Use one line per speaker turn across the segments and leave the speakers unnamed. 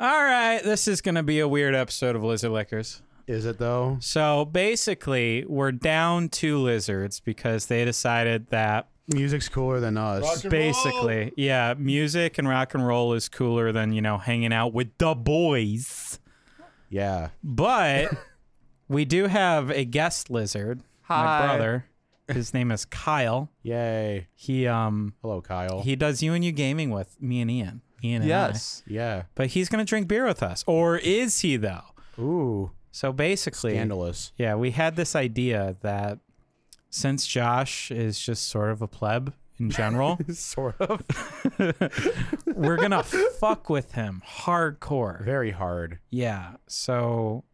All right, this is going to be a weird episode of Lizard Lickers.
Is it though?
So basically, we're down two lizards because they decided that
Music's cooler than us.
Rock and roll.
basically, yeah, music and rock and roll is cooler than, you know, hanging out with the boys.
Yeah.
But we do have a guest lizard, my
Hi.
brother. His name is Kyle.
Yay.
He um
Hello, Kyle.
he does you and you gaming with me and Ian. Ian and
Yes.
yeah.
I. But he's going to drink beer with us. Or is he though?
Ooh.
So basically,
Scandalous.
Yeah, we had this idea that since Josh is just sort of a pleb in general,
sort of.
we're going to fuck with him hardcore.
Very hard.
Yeah. So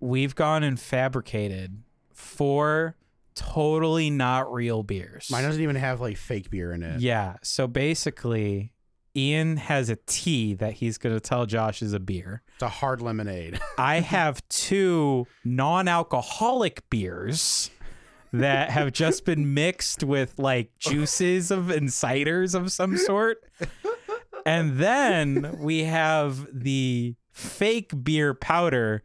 we've gone and fabricated four totally not real beers.
Mine doesn't even have like fake beer in it.
yeah. So basically, Ian has a tea that he's going to tell Josh is a beer.
It's a hard lemonade.
I have two non alcoholic beers that have just been mixed with like juices of and ciders of some sort. And then we have the fake beer powder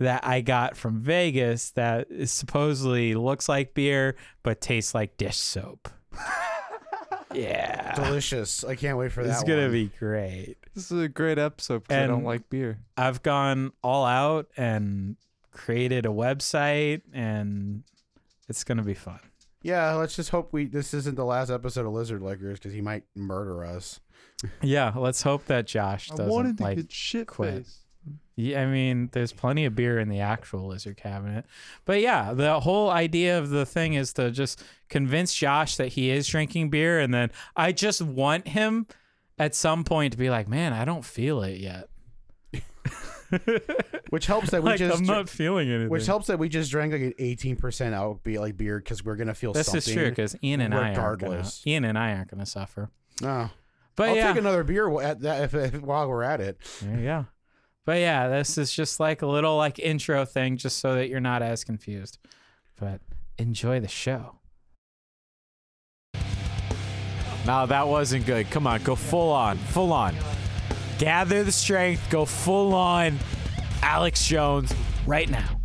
that I got from Vegas that is supposedly looks like beer but tastes like dish soap. yeah.
Delicious. I can't wait for that.
It's going to
one.
be great.
This is a great episode because I
And-
don't like beer.
I've gone all out and created a website and it's going to be fun.
Yeah, let's just hope we this isn't the last episode of Lizard Lickers because he might murder us.
Yeah, let's hope that Josh
I
doesn't
wanted to
like
get shit
quit.
faced.
Yeah, I mean, there's plenty of beer in the actual lizard cabinet. But yeah, the whole idea of the thing is to just convince Josh that he is drinking beer and then I just want him at some point to be like, "Man, I don't feel it yet."
Which helps that we
Like
just
I'm not feeling anything.
which helps that we just drank like an eighteen percent out be like beer because we're gonna feel
this
something.
is true because Ian and I aren't gonna,
regardless.
Ian and I aren't going to suffer.
No.
But
Oh. I'll
yeah,
take another beer wh- at that if, if, while we're at it.
There you go. But yeah, this is just like a little like intro thing, just so that you're not as confused. But enjoy the show.
No, that wasn't good. Come on, go full on, full on. Gather the strength, go full on, Alex Jones, right now.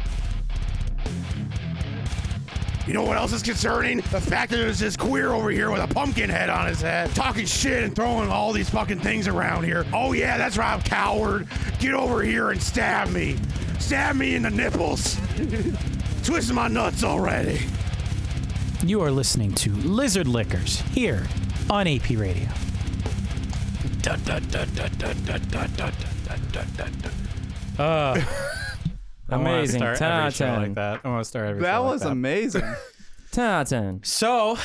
You know what else is concerning? The fact that there's this queer over here with a pumpkin head on his head, talking shit and throwing all these fucking things around here. Oh yeah, that's right, I'm coward. Get over here and stab me. Stab me in the nipples. Twisting my nuts already.
You are listening to Lizard Lickers here on AP Radio.
Amazing.
I wanna
10
start
out of
every show
10.
like that. I want to start every
That
show like
was amazing.
10 out of 10.
So,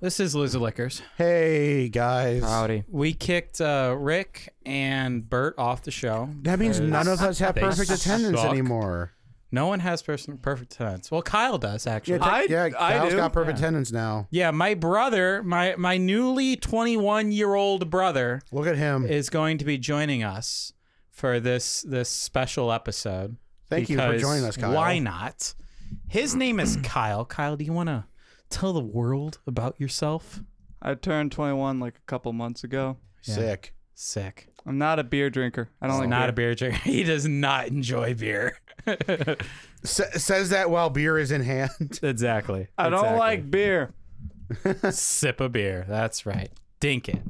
this is Lizard Lickers.
Hey guys.
Howdy.
We kicked uh, Rick and Bert off the show.
That means none of us have
They
perfect attendance
suck.
anymore.
No one has person perfect attendance. Well, Kyle does actually. Uh,
I-
yeah,
I
Kyle's
do.
got perfect attendance now.
Yeah, my brother, my my newly 21 year old brother,
Look at him.
is going to be joining us for this this special episode.
Thank you for
because
joining us, Kyle.
Why not? His name is Kyle. Kyle, do you want to tell the world about yourself?
I turned 21 like a couple months ago.
Sick.
Sick.
I'm not a beer drinker. I don't like
not
beer.
a beer drinker. He does not enjoy beer.
S- says that while beer is in hand.
exactly.
I don't like beer.
sip a beer. That's right. Dink it.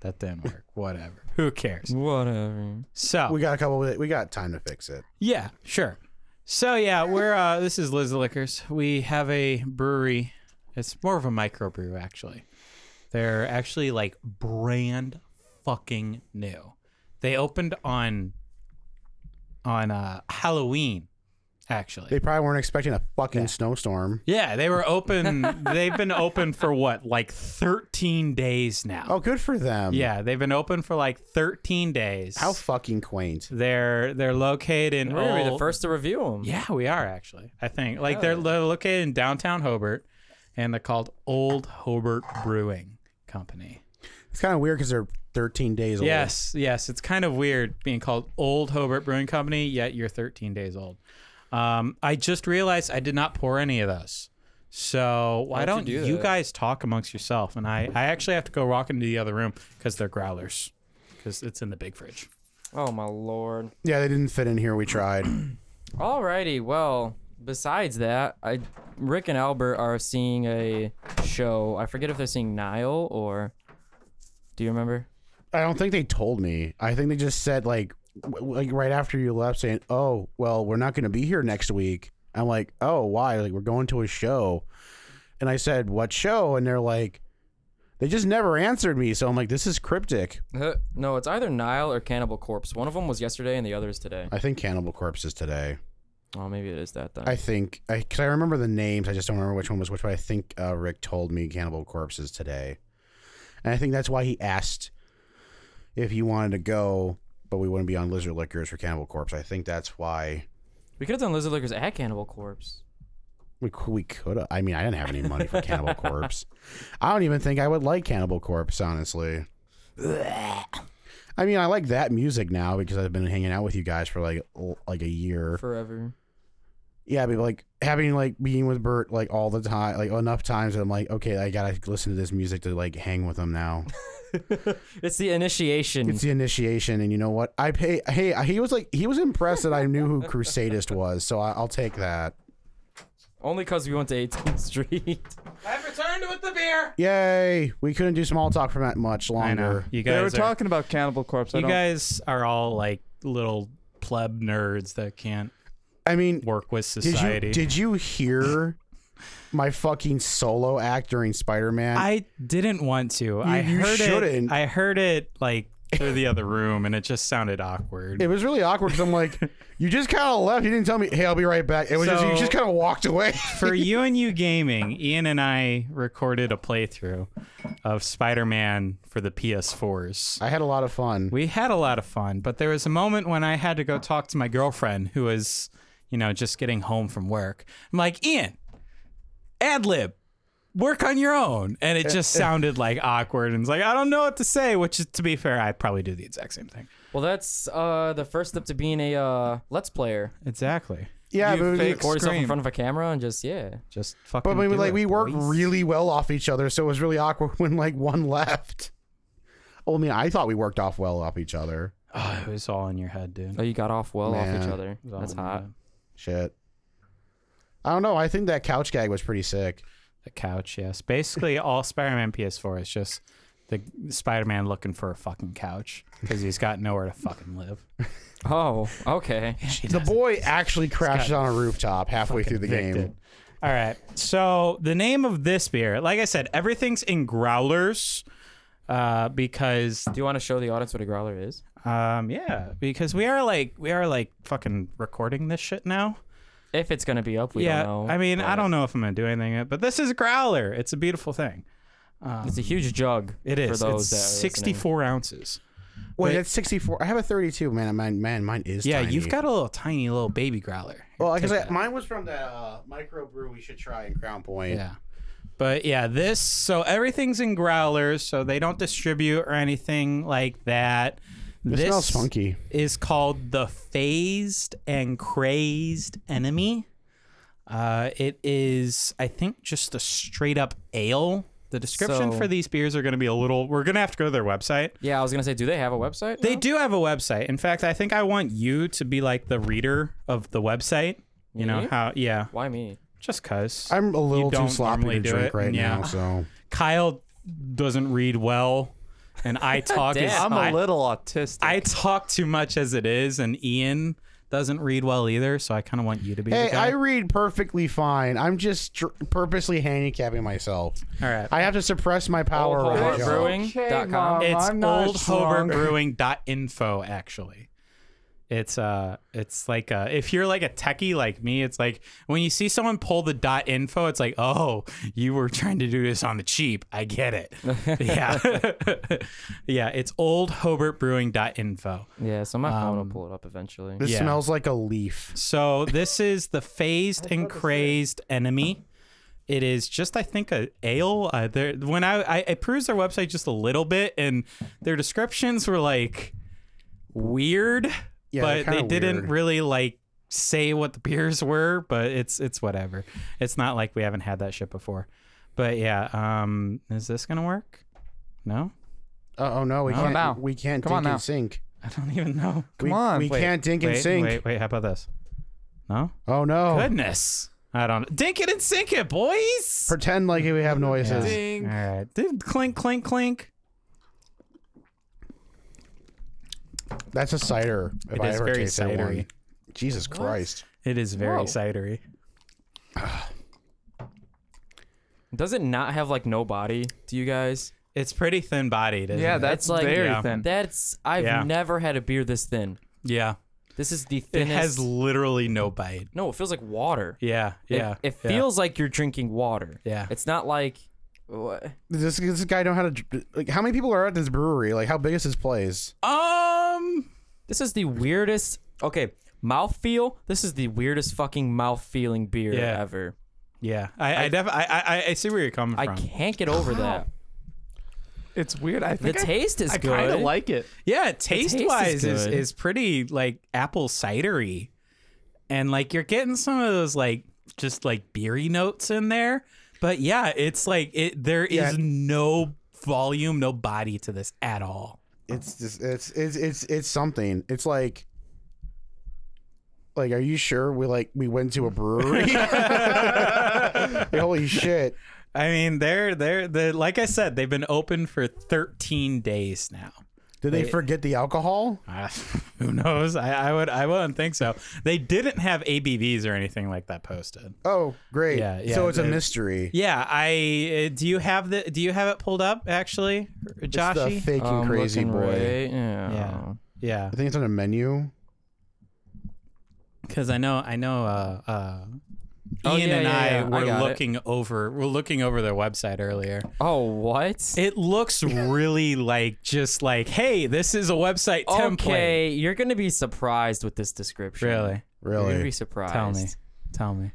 That didn't work. Whatever. Who cares?
Whatever.
So
We got a couple. Of, we got time to fix it.
Yeah, sure. So yeah, we're uh this is Liz Liquors. We have a brewery. It's more of a microbrew actually. They're actually like brand fucking new. They opened on on uh Halloween actually.
They probably weren't expecting a fucking snowstorm.
yeah, they were open. they've been open for what? Like 13 days now.
Oh, good for them.
Yeah, they've been open for like 13 days.
How fucking quaint.
they're they're located in
We're going to be the
Old-
first to review them.
Yeah, we are actually. I think like they're, they're located in downtown Hobart, and they're called Old Hobart Brewing Company.
It's kind of weird because they're 13 days old.
Yes, yes, it's kind of weird being called Old Hobart Brewing Company, yet you're 13 days old. Um, I just realized I did not pour any of those. So why
How'd
don't
you
you,
do that?
guys talk amongst yourself? And I, I actually have to go walk into the other room because they're growlers, because it's in the big fridge.
Oh my lord.
Yeah, they didn't fit in here. We tried.
Alrighty, well, besides that, I Rick and Albert are seeing a show. I forget if they're seeing Nile or do you remember?
I don't think they told me. I think they just said like w- like right after you left saying, "Oh, well, we're not going to be here next week." I'm like, "Oh, why?" Like we're going to a show. And I said, "What show?" And they're like they just never answered me. So I'm like, "This is cryptic."
Uh, No, it's either Nile or Cannibal Corpse. One of them was yesterday and the other is today.
I think Cannibal Corpse is today.
Oh, maybe it is that then.
I think I cuz I remember the names. I just don't remember which one was which, but I think uh, Rick told me Cannibal Corpse is today. And I think that's why he asked if he wanted to go, but we wouldn't be on Lizard Liquors for Cannibal Corpse. I think that's why
we could have done Lizard Lickers at Cannibal Corpse.
We could, we could. I mean, I didn't have any money for Cannibal Corpse. I don't even think I would like Cannibal Corpse, honestly. I mean, I like that music now because I've been hanging out with you guys for like l- like a year.
Forever.
yeah, but like having like being with Bert like all the time, like enough times that I'm like, okay, I gotta listen to this music to like hang with him now.
It's the initiation.
It's the initiation, and you know what? I pay. Hey, he was like he was impressed that I knew who Crusadist was, so I, I'll take that.
Only because we went to 18th Street.
Yay! We couldn't do small talk for that much
I
longer.
know. You
They were
guys are,
talking about Cannibal Corpse. I
you
don't,
guys are all like little pleb nerds that can't
I mean,
work with
Did
society.
you did you hear my fucking solo act during Spider Man?
I didn't want to. I
you
heard
shouldn't.
it. I heard it like through the other room, and it just sounded awkward.
It was really awkward because I'm like, you just kind of left. You didn't tell me, hey, I'll be right back. It was just you
So-
just kind of walked away.
For you and you gaming, Ian and I recorded a playthrough of Spider-Man for the PS4s.
I had a lot of fun.
We had a lot of fun, but there was a moment when I had to go talk to my girlfriend who was, you know, just getting home from work. I'm like, Ian, ad lib, work on your own. And it just sounded like awkward. And it's like, I don't know what to say, which is, to be fair, I probably do the exact same thing.
Well, that's uh, the first step to being a uh, Let's Player.
Exactly.
yeah,
you
but,
fake-
Record yourself in
Scream.
front of a camera and just, yeah.
Just fucking.
but we,
do
like
it,
we worked
boys.
really well off each other, so it was really awkward when like one left. Well, I mean, I thought we worked off well off each other.
Oh, it was all in your head, dude.
Oh, you got off well off
Man.
each other.
It was all
That's
in your
hot.
head.
Shit. I don't know. I think that couch gag was pretty sick.
The couch, yes. Basically, all Spider-Man PS4 is just the Spider-Man looking for a fucking couch because he's got nowhere to fucking live.
Oh, okay.
The boy actually crashes on a rooftop halfway through the game.
evicted. All right. So the name of this beer, like I said, everything's in growlers. Uh, because
Do you want to show the audience what a growler is?
um, yeah, because we are like we are like fucking recording this shit now.
If it's gonna be up, we
yeah,
don't know.
I mean, I
but
don't know if I'm gonna do anything, but this is a growler. It's a beautiful thing.
It's a huge jug.
It
For
is.
those
it's
that are listening.
64 ounces.
Wait,
Wait.
that's 64. I have a 32. Man, mine, man, mine is.
Yeah,
tiny.
you've got a little tiny little baby growler.
Well, because
Take
I- mine was from the uh, microbrew we should try in Crown Point.
Yeah. But yeah, this so everything's in growlers, so they don't distribute or anything like that.
It smells funky.
is called the phased and crazed enemy. Uh, it is, I think, just a straight up ale. The description
So-
for these beers are going to be a little. We're going to have to go to their website.
Yeah, I was gonna say, do they have a website?
They
now?
do have a website. In fact, I think I want you to be like the reader of the website. You know
Me?
how? Yeah,
Why me?
just cause.
I'm a little
don't
too sloppy
normally
to
do
drink
it,
right
yeah.
now, so
Kyle doesn't read well, and I talk. as,
Damn.
I'm
I-
a little autistic.
I talk too much as it is, and Ian doesn't read well either. So I kind of want you to be.
hey,
the guy.
I read perfectly fine. I'm just dr- purposely handicapping myself.
All right.
I have to suppress my power.
Oh,
Old
right
Hobart
now.
Brewing. brewing.com.
It's
Um, I'm not drunk.
oldhobartbrewing.info actually. It's uh it's like uh if you're like a techie like me, it's like when you see someone pull the dot info, it's like, oh, you were trying to do this on the cheap. I get it. yeah. yeah, it's oldhobartbrewing.info.
Yeah, so my phone will
Um,
pull it up eventually.
This
Yeah.
smells like a leaf.
So this is the phased and crazed enemy. It is just, I think, a ale. Uh, there, when I, I I perused their website just a little bit, and their descriptions were like weird,
Yeah, they're
but they
kinda
didn't
weird.
really like say what the beers were. But it's it's whatever. It's not like we haven't had that shit before. But yeah, um, is this gonna work? No.
Uh, oh no, we
Come on
can't.
now.
We can't
Come on
think in
now.
sync.
I don't even know.
Come
we,
on.
we
wait.
can't dink and
wait,
sink.
wait, wait. How about this? No.
Oh no!
Goodness. I don't. Dink it and sink it, boys.
Pretend like we have noises.
All right. Dude, clink, clink, clink.
That's a cider. If
It
I
is
ever
very
tasted
cidery.
one. Jesus Christ!
It is very
Whoa.
cidery.
Does it not have like no body to you guys?
It's pretty thin bodied.
Yeah,
it?
that's
like-
very
Yeah.
thin.
That's I've
Yeah.
never had a beer this thin.
yeah.
This is the
It
thinnest.
has literally no bite.
no, it feels like water.
Yeah,
It-
yeah.
It,
yeah.
feels like you're drinking water.
Yeah.
It's not like. What?
Does This this guy know how to dr- like. How many people are at this brewery? Like, how big is this place?
um.
This is the weirdest. Okay, mouthfeel. This is the weirdest fucking mouth feeling beer
Yeah.
ever.
Yeah, I, I, def- I, I, I see where you're coming
I
from.
can't get over that.
It's weird. I
The
think I,
taste is
I
good.
kind of like it.
Yeah, taste
is
wise is, is,
good.
pretty like apple cidery, and like you're getting some of those like just like beery notes in there. But yeah, it's like it. There is
Yeah.
no volume, no body to this at all.
It's just it's it's it's it's something. It's like. Like, are you sure we like we went to a brewery? Like, holy shit!
I mean, they're they're the like I said, they've been open for 13 days now.
Did they forget the alcohol?
Uh, who knows? I, I would I wouldn't think so. They didn't have ABVs or anything like that posted.
Oh, great!
Yeah, yeah,
so it's a
the-
mystery.
Yeah, I uh, do you have the do you have it pulled up actually,
It's the
Joshy?
fake and
I'm
crazy
looking
boy.
right- yeah.
Yeah. yeah,
I think it's on a menu.
because I know I know uh, uh,
Oh,
Ian
yeah,
and
yeah,
I
yeah. I
were
got it.
looking over we're looking over their website earlier.
Oh what?
It looks really like just like hey, this is a website template.
okay, you're gonna be surprised with this description.
Really,
You're gonna
Really?
be surprised.
tell me, tell me.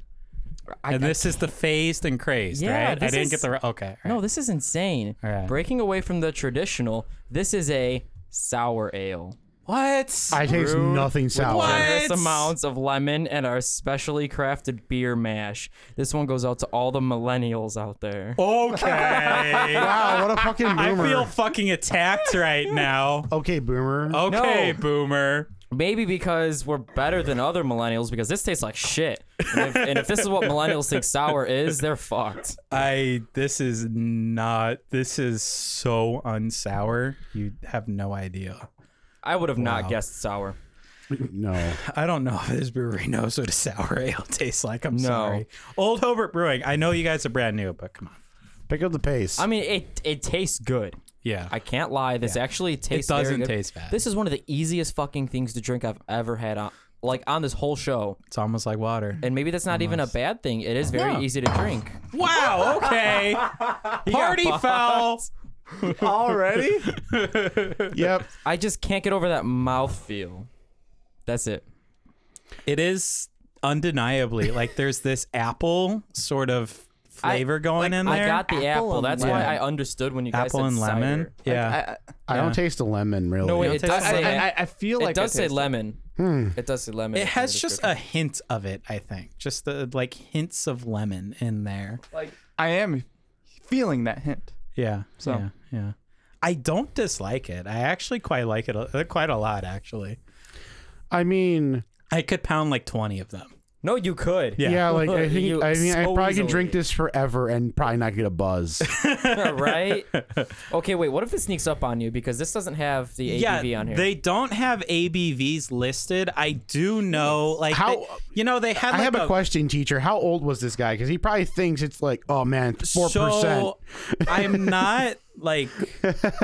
I-
and
I
this is the phased and crazed,
Yeah,
right? I
this
didn't
is-
get the re- okay. all
No,
right.
this is insane.
All right.
Breaking away from the traditional, this is a sour ale.
what?
I taste nothing sour.
What?
Generous amounts of lemon and our specially crafted beer mash. This one goes out to all the millennials out there.
okay.
Wow, what a fucking
I
boomer.
feel Oh. fucking attacked right now.
okay, boomer.
Okay,
No.
boomer.
Maybe because we're better than other millennials because this tastes like shit. And if, and if this is what millennials think sour is, they're fucked.
I this is not this is so unsour. You have no idea.
I would have not guessed sour.
No.
I don't know if this brewery knows what a sour ale tastes like. I'm sorry. Old Hobart Brewing. I know you guys are brand new, but come on.
Pick up the pace.
I mean, it it tastes good.
Yeah.
I can't lie. This actually tastes. very
doesn't
good.
taste bad.
This is one of the easiest fucking things to drink I've ever had on, like on this whole show.
it's almost like water.
And maybe that's not even a bad thing. It is very easy to drink.
Wow, okay. Party foul.
Already?
yep.
I just can't get over that mouthfeel. That's it.
It is undeniably like there's this apple sort of flavor going in there.
I got the apple.
Apple and
That's why
lemon.
I understood when you guys
apple
said
and lemon.
cider.
Yeah.
I,
I don't taste the lemon, really.
No, it,
taste
does
the
say,
lemon.
I, I, I feel
it
like I
does say
taste
lemon. It does say lemon.
it
in the
has just
description.
a hint of it, I think. Just the like hints of lemon in there.
Like I am feeling that hint.
Yeah. So yeah, yeah. I don't dislike it. I actually quite like it a, uh, quite a lot actually.
I mean,
I could pound like 20 of them.
No, you could.
Yeah.
yeah, like I think
You
I mean I
so
probably can drink
easily.
this forever and probably not get a buzz.
right? Okay, wait. What if it sneaks up on you because this doesn't have the ABV
yeah,
on here?
they don't have ABVs listed. I do know like
How-
they- you know they had
I
like
have a question, teacher. How old was this guy? Because he probably thinks it's like, oh man, four percent.
So I'm not like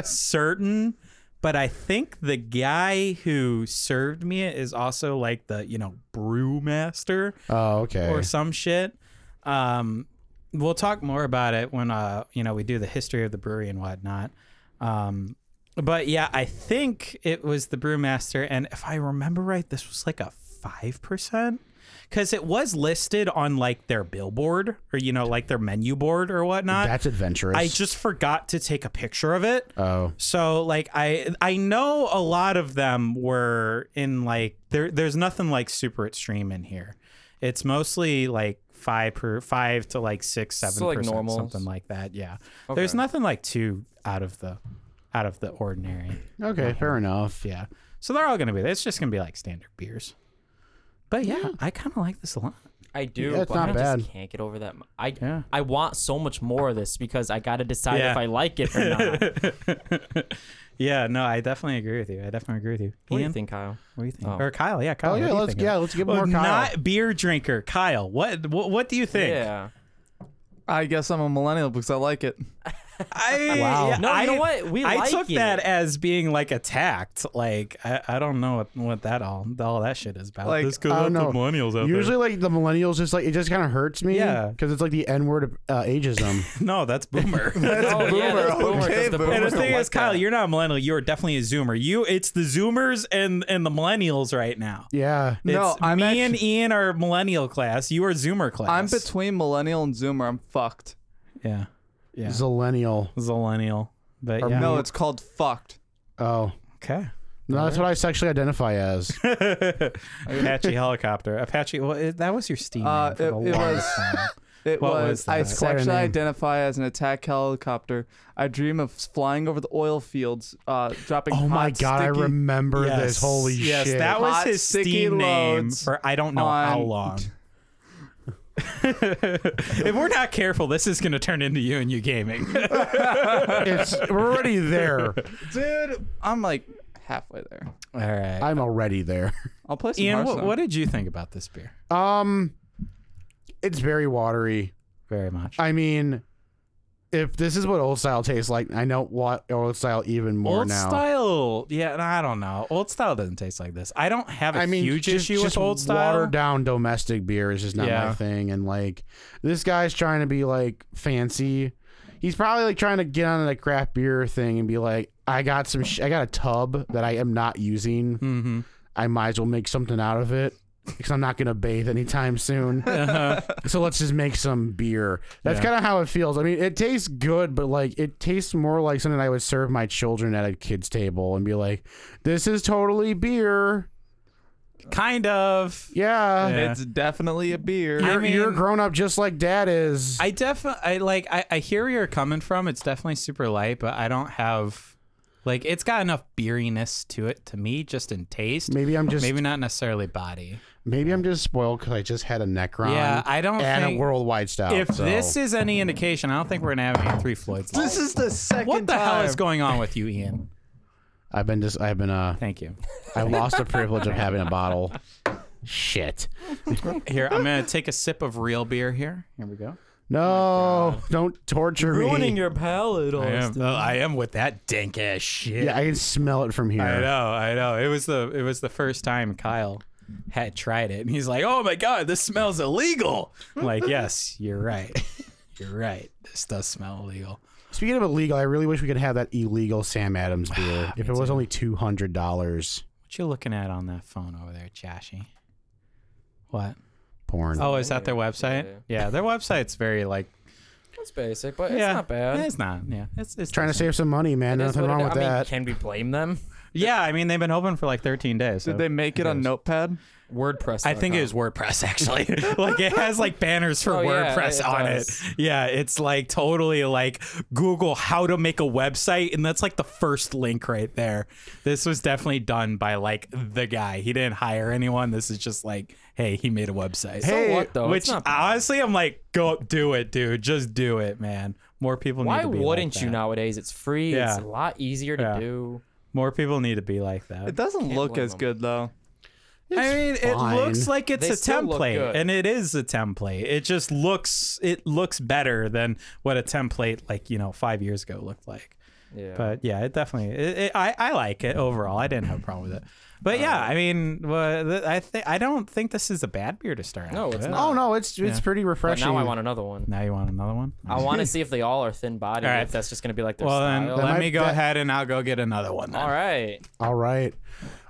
certain, but I think the guy who served me it is also like the you know brewmaster
Oh, okay.
or some shit. Um, we'll talk more about it when uh you know we do the history of the brewery and whatnot. Um, but yeah, I think it was the brewmaster, and if I remember right, this was like a five percent. Because it was listed on like their billboard or, you know, like their menu board or whatnot.
That's adventurous.
I just forgot to take a picture of it.
oh,
So like I I know a lot of them were in like there there's nothing like super extreme in here. It's mostly like five per five to like six seven
like,
percent
normals.
something like that. Yeah, there's nothing like too out of the out of the ordinary.
okay, fair enough.
Yeah. So they're all going to be. It's just going to be like standard beers. But yeah, I kind of like this a lot.
I do,
Yeah, it's
but
not
I
bad.
just can't get over that. mu- I
Yeah.
I want so much more of this because I got to decide
Yeah.
if I like it or not. what
Yeah, no, I definitely agree with you. I definitely agree with you.
do you
Ian?
think, Kyle?
What do you think?
Oh.
Or Kyle? Yeah, Kyle.
Oh, yeah,
what do you
let's-
think of
yeah,
it?
let's give
Well,
more Kyle.
Not beer drinker, Kyle. What what what do you think?
Yeah.
I guess I'm a millennial because I like it.
I,
Wow.
yeah,
No, you
I,
know what? We
I
like
took
it.
that as being like attacked. Like I, I don't know what, what that all all that shit is about.
Like,
This goes
I don't
out
know.
to millennials out
Usually, like the millennials, just like it just kind of hurts me.
Yeah.
because it's like the N word of uh, ageism.
there. No, that's boomer.
That's oh, yeah,
boomer.
that's boomer, 'cause
Okay,
the
and
boomer.
the
boomers
thing
don't
is,
like
Kyle,
that.
you're not a millennial. You're definitely a zoomer. You, it's the zoomers and and the millennials right now.
yeah,
No,
It's
I'm
me
actu-
and Ian are millennial class. You are zoomer class.
I'm between millennial and zoomer. I'm fucked.
yeah, yeah,
zillennial.
zillennial. But yeah,
No, it's called fucked.
Oh,
okay.
no, that's what I sexually identify as.
Apache helicopter. Apache. Well, it, that was your steam.
Uh,
name for
it-
the
it
longest
was-
time.
It
What was
was,
that?
I
That's
quite a
sexually
name.
identify as an attack helicopter. I dream of flying over the oil fields, uh, dropping.
Oh my
hot,
god, I
sticky-
remember
yes.
this. Holy
yes,
shit!
that was
Hot,
his
sticky
Steam name
loads
for I don't know how
on-
long. if we're not careful, this is going to turn into you and you gaming.
it's, we're already there.
dude. I'm like halfway there.
All right,
I'm already there.
I'll play some
Ian. What,
Hearthstone.
what did you think about this beer?
Um, it's very watery.
Very much.
I mean, if this is what old style tastes like, I know what old style even more
old
now.
style, yeah. no, I don't know. Old style doesn't taste like this. I don't have a
I mean,
huge
just,
issue with
just
old style.
Watered down domestic beer is just not
Yeah.
my thing. And like, this guy's trying to be like fancy. He's probably like trying to get on that craft beer thing and be like, I got some, sh- I got a tub that I am not using.
Mm-hmm.
I might as well make something out of it because I'm not gonna bathe anytime soon. So let's just make some beer.
Uh-huh.
That's
Yeah.
kind of how it feels. I mean, it tastes good, but like it tastes more like something I would serve my children at a kid's table and be like, "This is totally beer."
Kind of.
Yeah.
Yeah.
It's definitely a beer.
I
You're, you're
mean-
grown up just like dad is.
I definitely, I like, I, I hear where you're coming from. It's definitely super light, but I don't have, like, it's got enough beeriness to it to me, just in taste.
maybe I'm just
Maybe
maybe,
not necessarily body.
I'm just spoiled because I just had a Necron.
Yeah, I don't
and
think-
a worldwide style.
if
Oh, so.
this is any indication, I don't think we're gonna have any three Floyds.
This is the second.
what the hell is
time.
going on with you, Ian?
I've been just I've been uh
Thank you.
I lost the privilege of having a bottle. Shit.
Here, I'm gonna take a sip of real beer. Here, here we go. Oh
No, don't torture
ruining
me.
your palate. Austin.
I am with that dank ass shit.
yeah, I can smell it from here.
I know, I know. It was the it was the first time Kyle had tried it, and he's like, "Oh my god, this smells illegal." I'm like, yes, you're right, you're right. This does smell illegal.
Speaking of illegal, I really wish we could have that illegal Sam Adams
Ah,
beer. if it was only two hundred dollars,
What you looking at on that phone over there, Joshy? What?
porn.
Oh, is that their website? Yeah, their website's very like.
It's basic, but
yeah,
it's not bad.
It's not. Yeah, it's it's
Trying to save some money, man.
It is
Nothing
what it
wrong
is.
with
I mean,
that.
can we blame them?
Yeah, I mean they've been open for like 13 days. so-
Did they make it on Notepad?
WordPress.
I think it was WordPress actually. like it has like banners for
Oh, yeah,
WordPress
it
on
does.
it. Yeah, it's like totally like Google how to make a website and that's like the first link right there. This was definitely done by like the guy. He didn't hire anyone. This is just like, hey, he made a website.
So what though?
Which
it's not bad.
honestly, I'm like, go do it, dude. Just do it, man. More people need
Why
to be
wouldn't
like
you
that.
nowadays? It's free. It's
Yeah.
a lot easier to
Yeah.
do.
More people need to be like that.
It doesn't look
blame
as
them.
good though.
I mean,
fine.
it looks like it's
They
a
still look
template,
good.
and it is a template. It just looks it looks better than what a template like you know five years ago looked like.
Yeah.
But yeah, it definitely. It, it, I I like it overall. I didn't have a problem with it. But yeah, I mean, well, th- I think I don't think this is a bad beer to start.
No,
out
it's
with.
not.
Oh no, it's it's pretty
but
refreshing.
now I want another one.
Now you want another one?
I want to see if they all are thin bodied.
All right.
If that's just gonna be like their
Well then,
style.
let
might-
me go
that-
ahead and I'll go get another one. Then.
all right.
All right.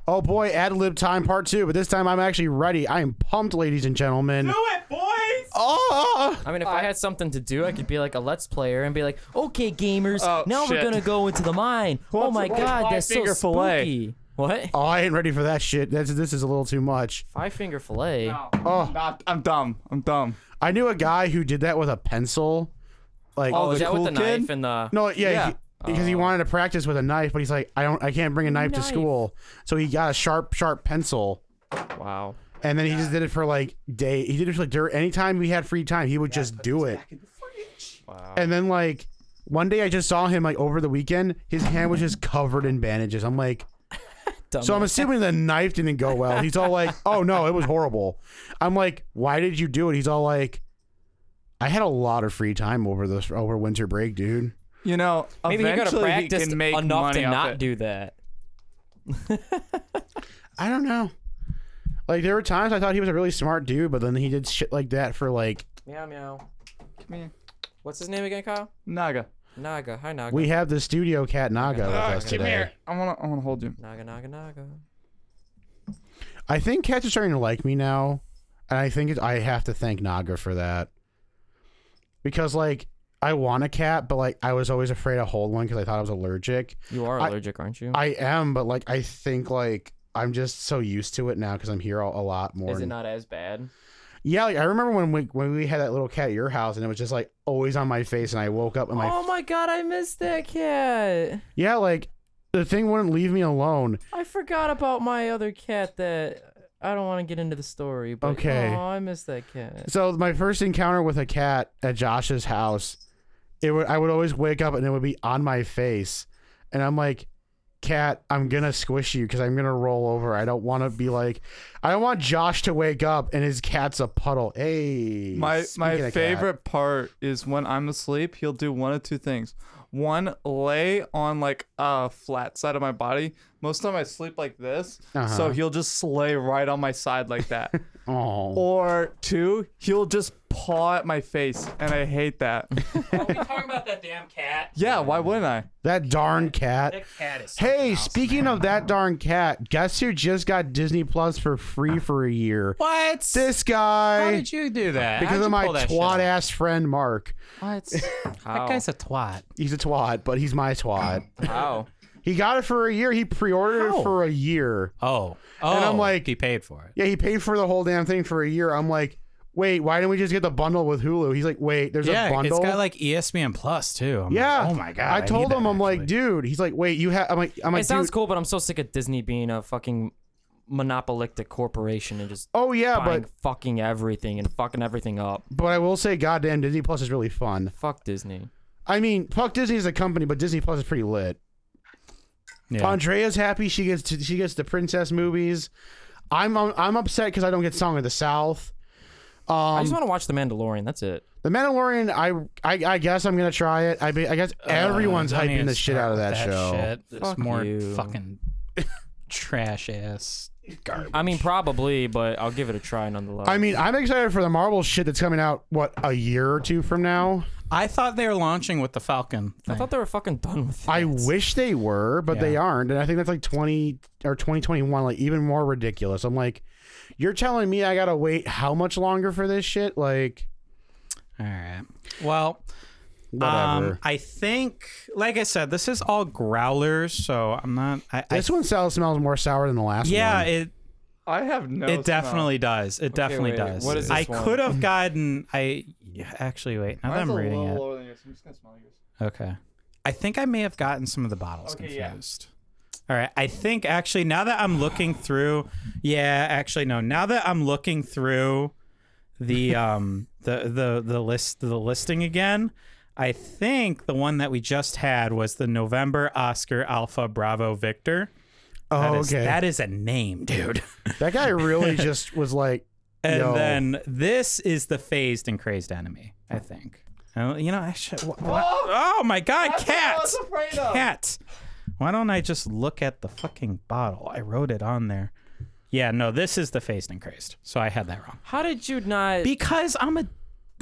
Oh boy, ad lib time part two. But this time I'm actually ready. I am pumped, ladies and gentlemen.
Do it, boys.
Oh,
I mean, if I, had something to do, I could be like a Let's Player and be like, "Okay, gamers,
Oh,
now we're
shit.
gonna go into the mine. oh
wants
my
a little
god, that's so
five-finger fillet?
spooky." What?
oh, I ain't ready for that shit. That's this is a little too much.
Five finger fillet.
Oh, I'm dumb. I'm dumb.
I knew a guy who did that with a pencil. Like
Oh,
the
is that
cool
Oh,
with the
kid?
knife and the?
no, yeah,
yeah.
he- because he wanted to practice with a knife, but he's like, I don't, I can't bring a knife, to
Knife.
school, so he got a sharp, sharp pencil,
Wow.
and then he just did it for like day. He did it for like during anytime we had free time, he would just do it. And then like one day, I just saw him like over the weekend. His hand was just covered in bandages. I'm like. So I'm assuming the knife didn't go well. He's all like, "Oh no, it was horrible." I'm like, "Why did you do it?" He's all like, "I had a lot of free time over this over winter break, dude."
You know,
Maybe you gotta
eventually he
practice
can make
enough
money
to
off
not
it.
do that.
I don't know. Like there were times I thought he was a really smart dude, but then he did shit like that for like
Meow meow.
Come here.
What's his name again, Kyle?
Naga.
Naga. Hi Naga.
we have the studio cat Naga with us today.
I wanna I wanna hold you.
Naga Naga Naga.
I think cats are starting to like me now, and I think it, I have to thank Naga for that. Because like I want a cat, but like I was always afraid to hold one because I thought I was allergic.
You are
I-
allergic, aren't you?
I am, but like I think like I'm just so used to it now because I'm here a, a lot more.
Is it not as bad?
Yeah, like I remember when we when we had that little cat at your house and it was just like always on my face and I woke up and my
oh my god, I missed that cat.
yeah like the thing wouldn't leave me alone.
I forgot about my other cat that I don't want to get into the story, but
Okay.
oh, I missed that cat.
So my first encounter with a cat at Josh's house, it would I would always wake up and it would be on my face, and I'm like, "Cat, I'm gonna squish you because I'm gonna roll over. I don't want to be like, I don't want Josh to wake up and his cat's a puddle. Hey,
My
speaking
my
of cat.
favorite part is when I'm asleep, he'll do one of two things. One, lay on like a flat side of my body. Most of the time I sleep like this, so he'll just lay right on my side like that.
Aw.
Oh. or two, he'll just paw at my face, and I hate that.
Are we talking about that damn cat?
yeah, why wouldn't I?
That darn cat.
cat is.
Hey, speaking of that darn cat, guess who just got Disney Plus for free for a year?
What?
This guy.
How did you do that?
because
How'd
of
you
my
pull that shit off?
twat ass friend Mark.
That guy's a twat.
He's a twat, but he's my twat.
Wow.
He got it for a year. He pre-ordered
How?
it for a year.
Oh. Oh.
I'm like-
he paid for it.
Yeah, he paid for the whole damn thing for a year. I'm like, wait, why didn't we just get the bundle with Hulu? He's like, wait, there's a
yeah,
bundle.
it's got like E ESPN Plus too. I'm
yeah.
Like, oh my god.
I
need
told
that,
him, I'm like,
actually.
dude. He's like, wait, you have. I'm like, I'm like,
It sounds
dude.
cool, but I'm so sick of Disney being a fucking monopolistic corporation and just
Oh yeah,
buying
but
fucking everything and fucking everything up.
but I will say, goddamn, Disney Plus is really fun.
Fuck Disney.
I mean, fuck Disney as a company, but Disney Plus is pretty lit.
Yeah.
Andrea's happy she gets to, she gets the princess movies. I'm I'm, I'm upset because I don't get Song of the South.
I just
Um,
want to watch The Mandalorian. That's it.
The Mandalorian, I, I I guess I'm gonna try it. I be, I guess everyone's
Uh, don't
hyping
even
the shit
start
out of
with
that, show.
shit. It's
Fuck
more
you.
fucking trash ass garbage.
I mean, probably, but I'll give it a try nonetheless.
I mean, I'm excited for the Marvel shit that's coming out. What a year or two from now?
I thought they were launching with the Falcon.
I
Thing.
thought they were fucking done with it.
I wish they were, but they aren't, and I think that's like 20 or 2021, like even more ridiculous. I'm like, you're telling me I gotta wait how much longer for this shit? Like,
All right. Well,
whatever.
um, I think, like I said, this is all growlers, so I'm not. I, I
this one salad smells more sour than the last
yeah,
one.
it
I have no.
it definitely does. It definitely
wait,
does.
what is
I
this one?
could have gotten. I yeah, actually wait. Now that I'm reading it, okay. I think I may have gotten some of the bottles
yeah.
confused. All right. I think actually now that I'm looking through, yeah, actually no. Now that I'm looking through the um the the the list the listing again, I think the one that we just had was the November Oscar Alpha Bravo Victor. That
Oh,
is-
okay.
that is a name, dude.
that guy really just was like,
And
Yo.
then this is the phased and crazed enemy, I think. Oh, you know, I should. wh- wh- oh, my God, cat!
afraid of.
Cat! Why don't I just look at the fucking bottle? I wrote it on there. Yeah, no, this is the phased and crazed. So I had that wrong.
How did you not?
Because I'm a.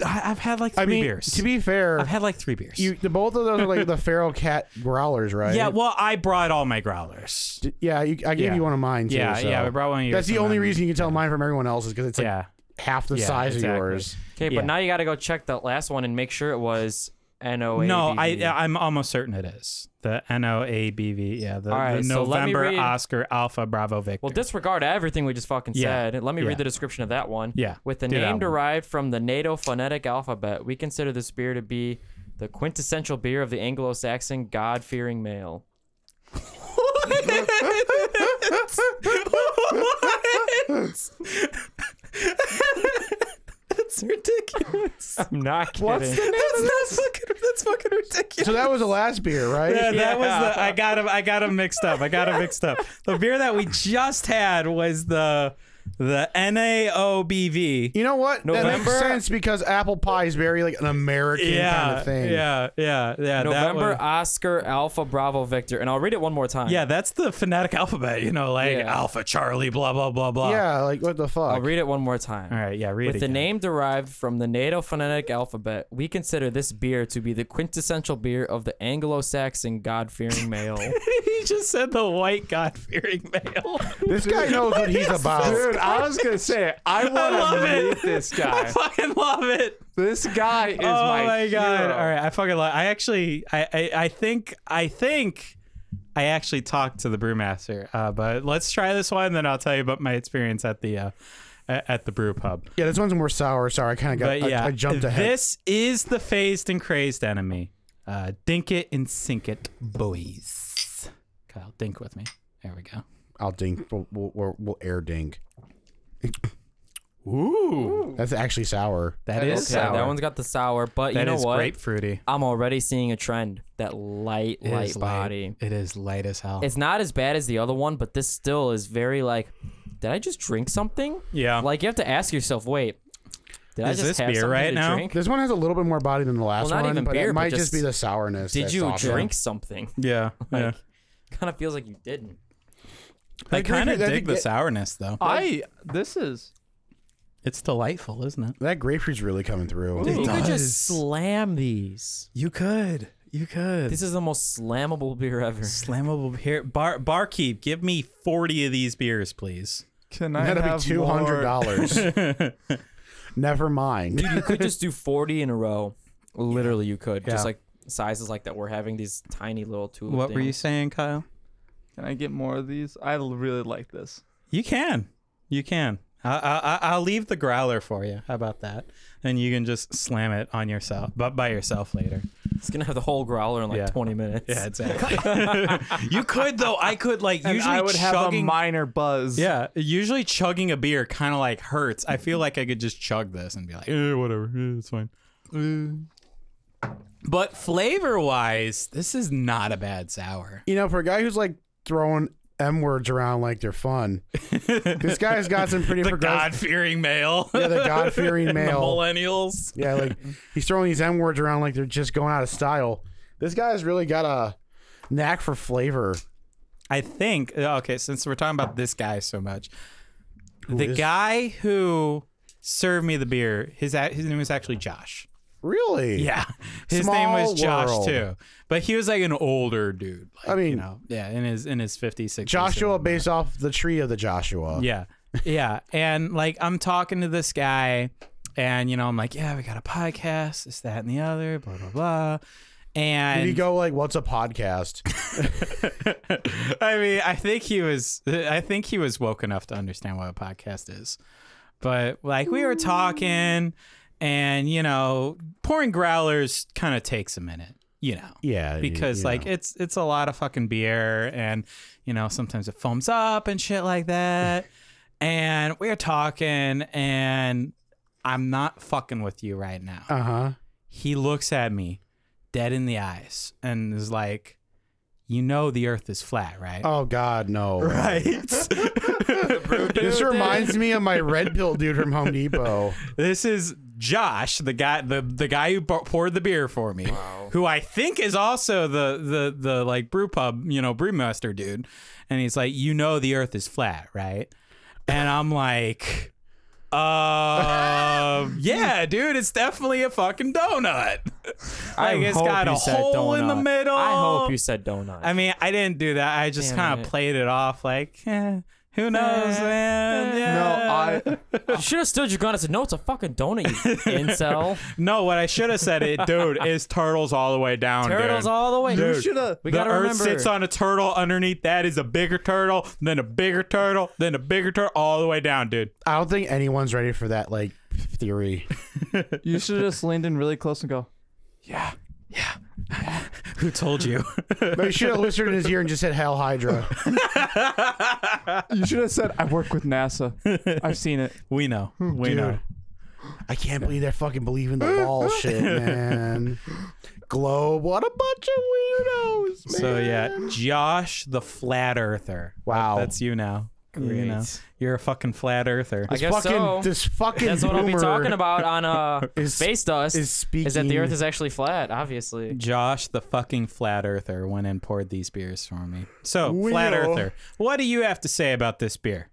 I, I've had like three
I mean,
beers.
to be fair,
I've had like three beers.
You, the both of those are like the feral cat growlers, right?
yeah, well, I brought all my growlers.
D- yeah. You, I gave
Yeah.
you one of mine. Too,
Yeah,
so.
yeah, I brought one of yours
That's the
and
only
then-
reason you can tell mine from everyone else is because it's like
yeah.
half the
Yeah,
size
exactly.
of yours.
Okay,
Yeah.
but now you got to go check that last one and make sure it was N O A.
No, I uh, I'm almost certain it is the N O A B V. Yeah, the,
All right,
the
so let me
November
read-
Oscar Alpha Bravo Victor.
Well, disregard everything we just fucking
Yeah.
said. Let me
Yeah.
read the description of that one.
Yeah.
With the
Do that
name
one.
derived from the NATO phonetic alphabet, we consider this beer to be the quintessential beer of the Anglo-Saxon God-fearing male.
That's ridiculous.
I'm not kidding.
That's not fucking. That's fucking ridiculous.
So that was the last beer, right?
Yeah, that was the I got him I got him mixed up. I got him mixed up. The beer that we just had was the the NAOBV.
You know what? That
November-
makes sense because apple pie is very like an American
Yeah,
kind of thing.
yeah, yeah, yeah.
November
That one.
Oscar Alpha Bravo Victor, and I'll read it one more time.
Yeah, that's the phonetic alphabet. You know, like
Yeah.
Alpha Charlie, blah blah blah blah.
Yeah, like what the
I'll
Oh,
fuck?
read it one more time.
All right. Yeah. Read
With
it
the
again.
name derived from the NATO phonetic alphabet, we consider this beer to be the quintessential beer of the Anglo-Saxon God-fearing male.
he just said the white God fearing male.
this guy knows what he's about.
Dude, I was gonna say I
love
want to
it.
meet this
I
guy.
fucking love it.
This guy is
oh
my,
god!
hero.
All right, I fucking love. I actually, I, I, I think, I think, I actually talked to the brewmaster. Uh, but let's try this one, then I'll tell you about my experience at the, uh, a- at the brew pub.
Yeah, this one's more sour. Sorry, I kind of got
But yeah,
I, I jumped ahead.
This is the phased and crazed enemy. Uh, dink it and sink it, boys. Kyle, dink with me. There we go.
I'll dink. We'll, we'll, we'll- we'll air dink.
Ooh,
That's actually sour.
that is
Okay,
sour.
That one's got the sour, but you
That
know
is
what?
grapefruity.
I'm already seeing a trend. That light,
It
light
is light.
body.
It is light as hell.
It's not as bad as the other one, but this still is very like, did I just drink something?
Yeah.
Like you have to ask yourself, wait, did I
Is
just
this
have
beer
something
right
to
now?
drink?
This one has a little bit more body than the last
not
one,
even
but
beer,
it
but
might just,
just-
be the sourness.
Did
that's
you
off it.
drink something?
yeah, yeah.
kind of feels like you didn't.
I kind of
grapefruit- I
dig
think
the
that-
sourness though.
I this is
It's delightful, isn't it?
That grapefruit's really coming through.
you could
does.
just slam these.
You could. You could.
This is the most slammable beer ever.
Flammable beer. Bar, barkeep, give me 40 of these beers, please.
can I
That'll
have
be two hundred
more?
dollars. Never mind.
you could just do 40 in a row. Literally, you could. Just
Yeah.
like sizes like that we're having these tiny little tulip
What were you
things.
saying, Kyle?
Can I get more of these? I l- really like this.
You can. You can. I, I, I- I'll leave the growler for you. How about that? And you can just slam it on yourself, but by yourself later.
It's going to have the whole growler in like
Yeah.
20 minutes.
Yeah, exactly. you could though. I could like
And
usually
I would have a
chugging.
minor buzz.
yeah, usually chugging a beer kind of like hurts. I feel like I could just chug this and be like, eh, whatever, eh, it's fine.
Mm.
Eh. But flavor wise, this is not a bad sour.
You know, for a guy who's like throwing M words around like they're fun, this guy's got some pretty
The
progressive.
God fearing male.
Yeah, the God fearing
the
male.
millennials.
Yeah, like he's throwing these M words around like they're just going out of style. This guy's really got a knack for flavor.
I think uh, okay, since we're talking about this guy so much, the
is-
guy who served me the beer, his a- his name was actually Josh.
Really?
Yeah, his
Small
name was Josh
world.
too, but he was like an older dude. Like,
I mean-
you know, yeah, in his in his fifties, sixties.
Joshua based off the tree of the Joshua.
Yeah. Yeah. And like I'm talking to this guy and you know, I'm like, Yeah, we got a podcast, this, that, and the other, blah, blah, blah. And
Did he go like, "What's a podcast?"
I mean, I think he was I think he was woke enough to understand what a podcast is. But like we were talking and you know, pouring growlers kind of takes a minute, you know.
Yeah, you-
Because
you
like
know.
it's it's a lot of fucking beer and you know, sometimes it foams up and shit like that. and we were talking and I'm not fucking with you right now.
uh huh.
He looks at me dead in the eyes and is like, "You know the earth is flat, right?"
Oh God, no.
Right.
This reminds me of my red pill dude from Home Depot.
this is Josh, the guy, the the guy who bo- poured the beer for me, who I think is also the the the like brew pub, you know, brewmaster dude, and he's like, you know, the Earth is flat, right? And I'm like, uh, yeah, dude, it's definitely a fucking donut.
I
Like, it's
hope
got
you
a
said
hole in the
donut.
middle.
I hope you said donut.
I mean, I didn't do that. I just
Damn
kind of
it.
played it off like, eh, who knows, man.
eh."
No,
Yeah.
I
you should have stood your ground and said, no, it's a fucking donut, you incel.
No, what I should have said, it, dude, is turtles all the way down.
Turtles
dude.
all the way.
Dude,
You should have. We
the
got to
Earth
remember.
sits on a turtle. Underneath that is a bigger turtle, then a bigger turtle, then a bigger turtle, all the way down, dude.
I don't think anyone's ready for that like theory.
you should have just leaned in really close and go, Yeah.
Who told you?
But should have whispered in his ear and just said Hell Hydra.
You should have said, I work with NASA. I've seen it.
we know. We know.
I can't believe they're fucking believing the ball shit, man. Globe, what a bunch of weirdos. Man.
So yeah, Josh the flat earther.
Wow.
that's you now. You
Great.
know, you're a fucking flat earther.
I guess
fucking
so.
this fucking
That's what I'll be
boomer
talking about on uh,
is-
Space Dust.
is
that
speaking-
the Earth is actually flat? Obviously.
Josh the fucking flat earther went and poured these beers for me. So flat
Will.
earther, what do you have to say about this beer?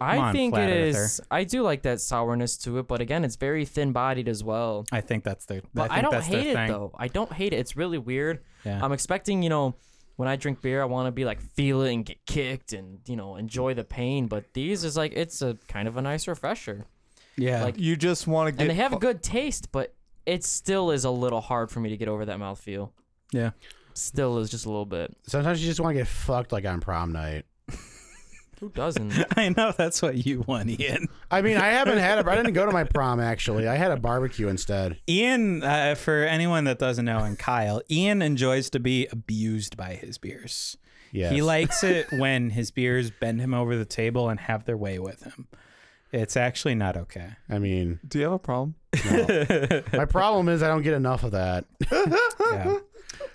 I
on,
think
flat
it is. I do like that sourness to it, but again, it's very thin-bodied as well.
I think that's their.
But
I,
I,
think
don't
that's their
hate it
thing.
though. I don't hate it. It's really weird.
Yeah.
I'm expecting, you know, when I drink beer, I want to be like feel it and get kicked and you know enjoy the pain. But these is like it's a kind of a nice refresher,
Yeah,
like-
You just want to get.
and they have
fu-
good taste, but it still is a little hard for me to get over that mouthfeel.
yeah.
Still is just a little bit.
Sometimes you just want to get fucked like on prom night.
Who doesn't?
I know that's what you want, Ian.
I mean, I haven't had a. I didn't go to my prom actually. I had a barbecue instead.
Ian, uh, for anyone that doesn't know, and Kyle, Ian enjoys to be abused by his beers.
Yes.
He likes it when his beers bend him over the table and have their way with him. It's actually not okay.
I mean,
Do you have a problem?
my problem is I don't get enough of that.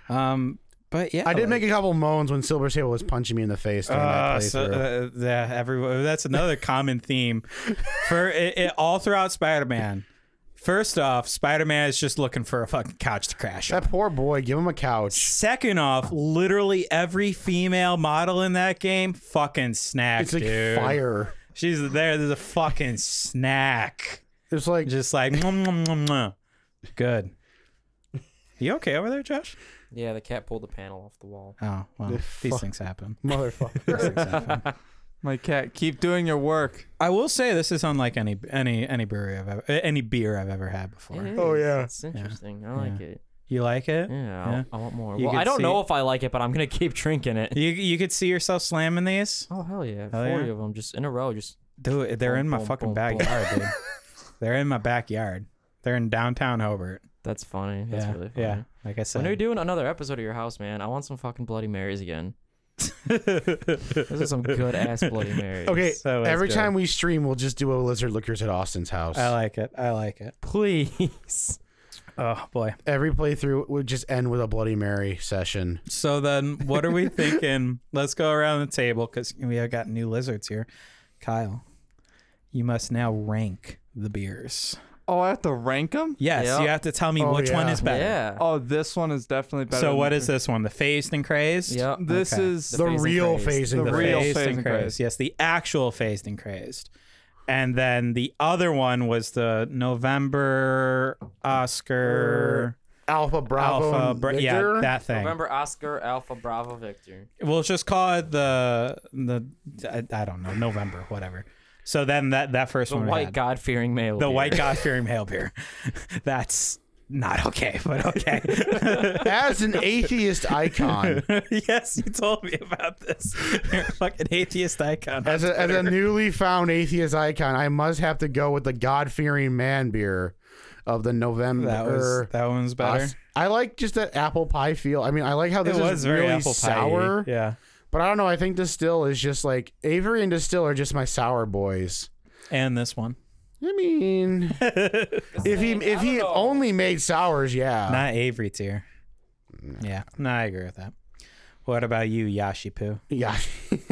Yeah. um, but yeah,
I did make a couple moans when Silver Sable was punching me in the face during
Uh,
that
so,
playthrough.
uh, yeah, everyone. That's another common theme for it, it, all throughout Spider-Man. First off, Spider-Man is just looking for a fucking couch to crash. on.
that poor boy, give him a couch.
Second off, literally every female model in that game fucking snack,
It's like
dude.
fire.
She's there. There's a fucking snack.
It's like
Just like, mwah, mwah, mwah, mwah. good. You okay over there, Josh?
yeah, the cat pulled the panel off the wall.
Oh, well, these
fuck-
things happen.
motherfucker.
My cat, keep doing your work.
I will say this is unlike any any any brewery I've ever, any beer I've ever had before.
It
Oh,
is.
yeah.
it's interesting. I like it.
You like it?
Yeah,
Yeah.
I, I want more.
You
well,
could
I don't
see-
know if I like it, but I'm gonna keep drinking it.
You you could see yourself slamming these?
Oh hell yeah,
Hell
forty
yeah.
of them just in a row. Just
Dude, they're
Boom,
in my
boom,
fucking
boom, boom.
backyard, dude. They're in my backyard. They're in downtown Hobart.
that's funny. That's
yeah,
really funny.
yeah. Like I
When are we
said,
doing another episode of your house, man? I want some fucking Bloody Marys again. Those are some good ass Bloody Marys.
okay,
So it's
every
Oh, good.
time we stream, we'll just do a lizard liquors at Austin's house.
I like it. I like it.
please.
Oh boy.
every playthrough would just end with a Bloody Mary session.
So then, what are we thinking? Let's go around the table because we have got new lizards here. Kyle, you must now rank the beers.
Oh, I have to rank them?
Yes,
Yeah.
you have to tell me
Oh,
which one
yeah.
is better.
Yeah.
Oh, this one is definitely better.
So
than
what
the-
is this one? The phased and crazed.
Yeah.
This
Okay.
is.
The,
The phasing
real
craze.
phasing
The
The
craze.
real
phased
phased
and
and
crazed.
crazed.
Yes, the actual phased and crazed. And then the other one was the November Oscar
Alpha Bravo.
Alpha.
and
uh, Bra- yeah,
Victor.
that thing.
Remember Oscar Alpha Bravo Victor.
We'll just call it the the I, I don't know November whatever. So then that that first
The
one we
white
had.
God fearing male.
Oh the
beer.
white god fearing hail beer. That's not okay, but okay.
As an atheist icon,
yes, you told me about this. You're a fucking atheist icon.
as a, as a newly found atheist icon, I must have to go with the God fearing man beer of the November.
that was that one's better.
Os- I like just that apple pie feel. I mean, I like how this
it was
is
very
really
apple
sour,
pie. Yeah,
but I don't know. I think distill is just like Avery and distill are just my sour boys.
and this one,
I mean, if he if he only made sours, yeah.
not Avery tier. Yeah, no, I agree with that. What about you, Yashipu?
Yeah.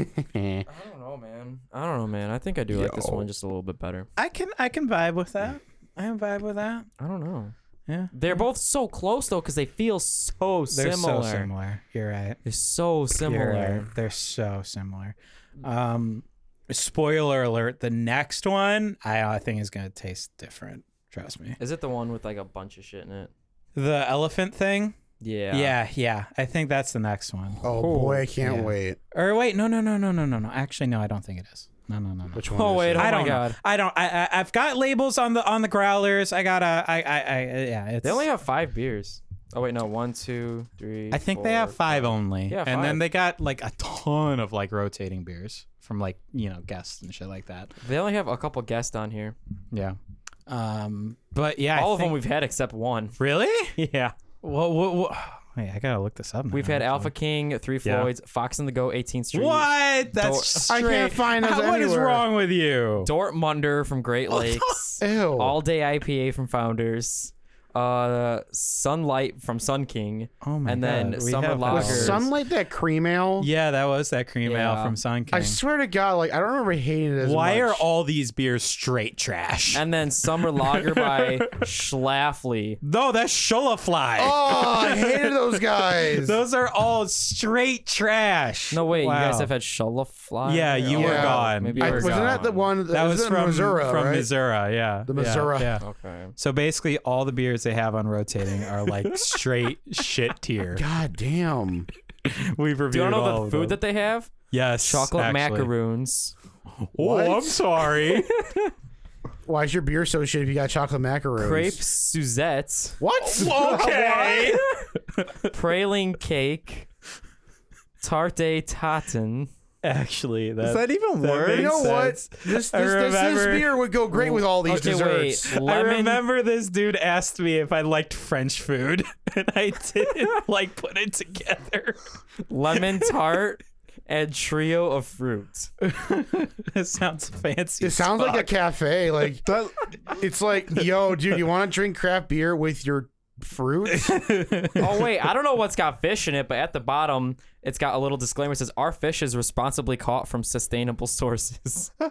I don't know, man. I don't know, man. I think I do like this one just a little bit better.
I can I can vibe with that. I can vibe with that.
I don't know.
Yeah.
They're both so close though, because they feel so
They're
similar.
so similar. You're right.
They're so
You're
similar.
right. They're so similar. Um, spoiler alert: the next one I, I think is gonna taste different. Trust me.
Is it the one with like a bunch of shit in it?
The elephant thing.
Yeah.
Yeah, yeah. I think that's the next one.
Oh boy, I can't
yeah.
wait.
Or wait, no, no, no, no, no, no, no. Actually, no, I don't think it is. No, no, no, no.
Which one?
Oh
is
wait!
it?
Oh
I
my
don't know.
God!
I don't. I, I I've got labels on the on the growlers. I gotta. I I, I yeah. It's,
They only have five beers. Oh wait, no. One, two, three.
I think they have
four,
five only.
Yeah,
And then
five.
they got like a ton of like rotating beers from like you know guests and shit like that.
They only have a couple guests on here.
Yeah. Um, but yeah, I
All of
think-
them we've had except one.
Really?
Yeah.
Well, what, what, wait, I gotta look this up. Now.
We've had Alpha King, Three Floyds, Fox and the Go, 18th Street.
What? That's
I
straight.
can't find those
What is
anywhere.
wrong with you?
Dortmunder from Great Lakes.
Ew.
All Day IPA from Founders. Uh, Sunlight from Sun King.
Oh my
And then
God, we
Summer
have
Lager.
was
Fuckers.
sunlight that cream ale?
Yeah, that was that cream ale
Yeah.
from Sun King.
I swear to God, like I don't remember hating it as
Why
much.
are all these beers straight trash?
And then Summer Lager by Schlafly.
no, that's Shullafly.
Oh, I hated those guys.
Those are all straight trash.
No, wait, you guys
Wow.
have had Shullafly?
Yeah, you were
Yeah.
gone.
Maybe
I,
you were
wasn't that
gone.
the one
that was
wasn't it
from
Missouri?
From
right?
Missouri, yeah. The
Missouri.
Yeah,
Okay.
So basically, all the beers they have on rotating are like straight shit tier.
God damn.
We've reviewed
Do you wanna
all
know the
of
food
them.
that they have?
Yes,
Chocolate
actually.
macaroons.
Oh, I'm sorry.
Why is your beer so shit if you got chocolate macaroons?
Crepe Suzette.
What?
okay.
Praline cake. Tarte tatin.
Actually, that,
Is that even
that
word?
You
makes
know what?
sense.
This this,
I
this, this
remember-
beer would go great with all these
Okay,
desserts.
wait.
I
Lemon.
remember this dude asked me if I liked French food, and I didn't like put it together.
lemon tart and trio of fruits.
It sounds fancy.
It sounds like a cafe. Like it's like, yo, dude, you want to drink craft beer with your fruit?
Oh wait, I don't know what's got fish in it, but at the bottom it's got a little disclaimer that says our fish is responsibly caught from sustainable sources.
Are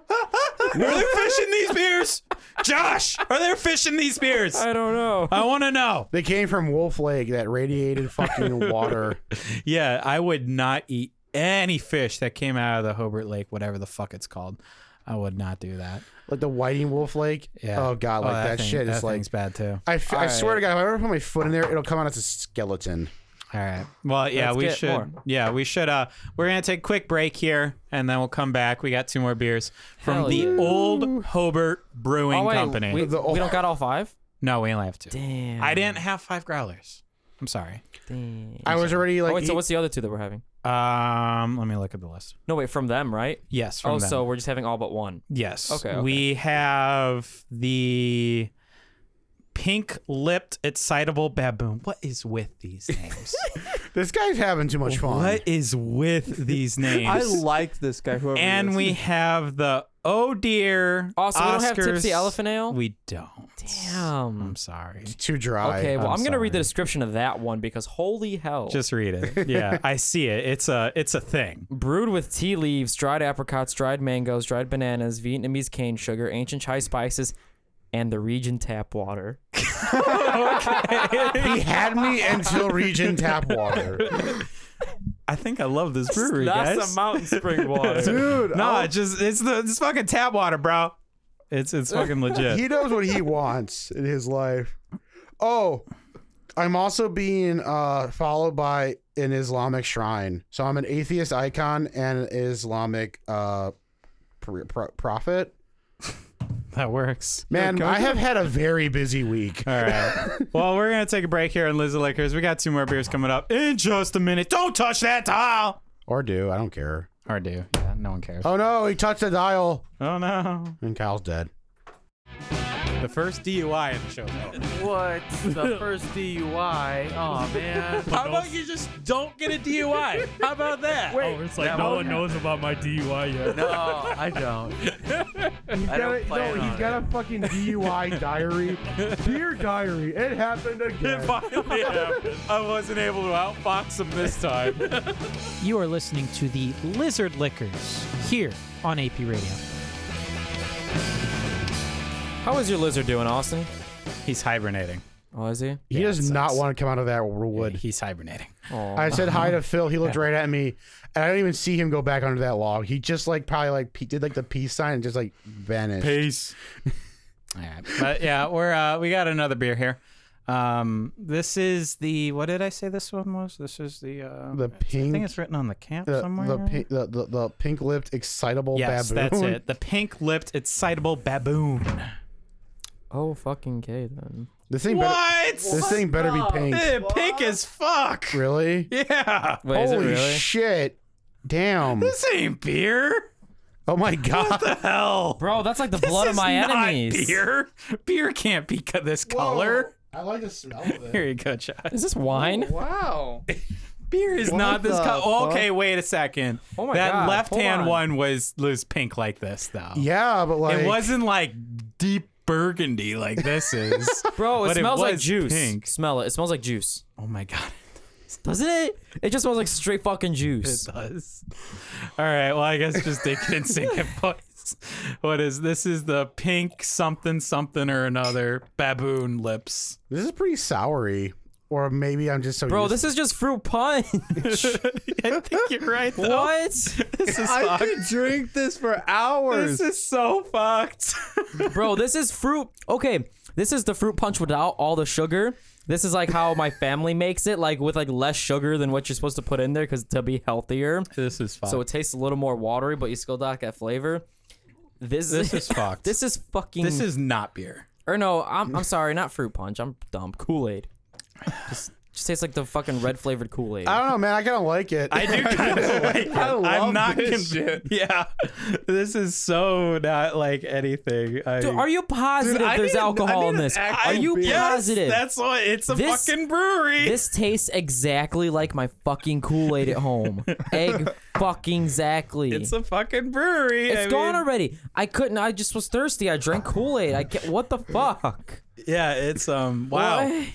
there fish in these beers? Josh, are there fish in these beers?
I don't know.
I want to know.
they came from Wolf Lake that radiated fucking water.
Yeah, I would not eat any fish that came out of the Hobart Lake, whatever the fuck it's called. I would not do that.
Like the Whiting Wolf Lake.
Yeah.
Oh god, like that,
thing-
shit
that
is like
thing's bad too.
I, f- I swear to God, if I ever put my foot in there, it'll come out as a skeleton.
All right. Well, yeah,
Let's
we
get
should.
more.
Yeah, we should. Uh, we're gonna take a quick break here, and then we'll come back. We got two more beers from
Hell
the
yeah.
Old Hobart Brewing
Oh, wait,
Company.
We, we don't got all five?
no, we only have two.
Damn.
I didn't have five growlers. I'm sorry.
Damn.
I was already like, e,
oh, wait, so
eat-
what's the other two that we're having?
Um, let me look at the list.
No, wait, from them, right?
Yes. From
oh,
them.
so we're just having all but one.
Yes.
Okay, okay.
We have the pink lipped excitable baboon. What is with these names?
this guy's having too much fun.
what is with these names?
I like this guy. Whoever. he
and
is.
we have the oh dear.
Oh, so we don't have
Oscars.
Tipsy Elephant Ale?
We don't.
Damn.
I'm sorry.
Too dry.
Okay, well,
I'm
I'm, going to read the
sorry.
description of that one because holy hell.
Just read it. Yeah, I see it. It's a it's a thing.
Brewed with tea leaves, dried apricots, dried mangoes, dried bananas, Vietnamese cane sugar, ancient chai spices, and the region tap water.
he had me until region tap water.
I think I love this brewery, guys.
mountain spring water.
dude.
nah, it's just it's the it's fucking tap water, bro. It's it's fucking legit.
He knows what he wants in his life. Oh, I'm also being uh, followed by an Islamic shrine. So I'm an atheist icon and an Islamic uh, pr- pr- prophet.
That works.
Man, I have had a very busy week.
All right. well, we're gonna take a break here on Lizzie Liquors. We got two more beers coming up in just a minute. Don't touch that tile.
Or do. I don't care.
Or do. Yeah, no one cares.
Oh no, he touched the dial.
Oh no.
And Kyle's dead.
The first DUI in the show.
What? The first DUI? Oh man.
How about you just don't get a DUI? How about that?
Wait,
Oh, it's like no one knows about my DUI yet.
No, I don't. I don't plan on it.
a fucking DUI diary. Dear diary, it happened again.
finally happened. I wasn't able to outfox him this time.
You are listening to the Lizard Lickers here on AP Radio.
How is your lizard doing, Austin?
He's hibernating.
Oh, is he?
He does not want to come out of that wood.
He's hibernating.
Oh,
I said hi to Phil. He looked right at me, and I didn't even see him go back under that log. He just like probably like pe- did like the peace sign and just like vanished.
Peace. All right. But yeah, we're uh, we got another beer here. Um, this is the what did I say this one was? This is the uh,
The
I think
pink,
it's written on the camp
the
somewhere.
the, pi- the, the, the pink lipped excitable
Yes,
baboon.
that's it. The pink lipped excitable baboon.
oh fucking K then.
This thing better.
What?
This thing better be pink.
Eh, pink as fuck.
Really?
Yeah.
Wait,
Holy
is it really?
shit! Damn.
This ain't beer.
Oh my god.
Hell,
Bro, that's like the blood of
is
my
not
enemies.
Beer, beer can't be co- this color.
I like the smell of
Here you go, Josh.
Is this wine?
Wow.
Beer is not this
the
color.
fuck?
okay, wait a second.
Oh my
that
God,
left
hold
hand
on.
one was was pink like this though.
Yeah, but like
it wasn't like deep burgundy like this is.
Bro, it
But it
smells like
was
juice.
pink.
Smell it. It smells like juice.
oh my god,
Doesn't it? It just smells like straight fucking
it
juice.
does. All right, well I guess just take it and sink it, boys. What is this? Is the pink something something or another baboon lips?
this is pretty soury. Or maybe I'm just so
Bro,
used-
this is just fruit punch.
I think you're right. Though.
what?
This is
I
fucked.
could drink this for hours.
This is so fucked.
Bro, this is fruit. Okay, this is the fruit punch without all the sugar. This is like how my family makes it, like with like less sugar than what you're supposed to put in there, because to be healthier.
this is fucked.
So it tastes a little more watery, but you still got that flavor. This,
This is fucked.
This is fucking.
this is not beer.
or no, I'm, I'm sorry, not fruit punch. I'm dumb. Kool Aid. Just, just tastes like the fucking red flavored Kool Aid.
I don't know, man. I kind of like it.
I do kind of like. It.
love
I'm not
this
convinced. Yeah, this is so not like anything. I,
Dude, are you positive
I
there's
need an- I
alcohol
need
in
an
this?
actual
Are you
beer. Yes,
positive?
That's why it's a
This-
fucking brewery.
This tastes exactly like my fucking Kool Aid at home. Egg fucking exactly.
it's a fucking brewery.
It's
I
gone
mean,
already. I couldn't. I just was thirsty. I drank Kool Aid. I get what the fuck.
Yeah, it's um. Wow,
What?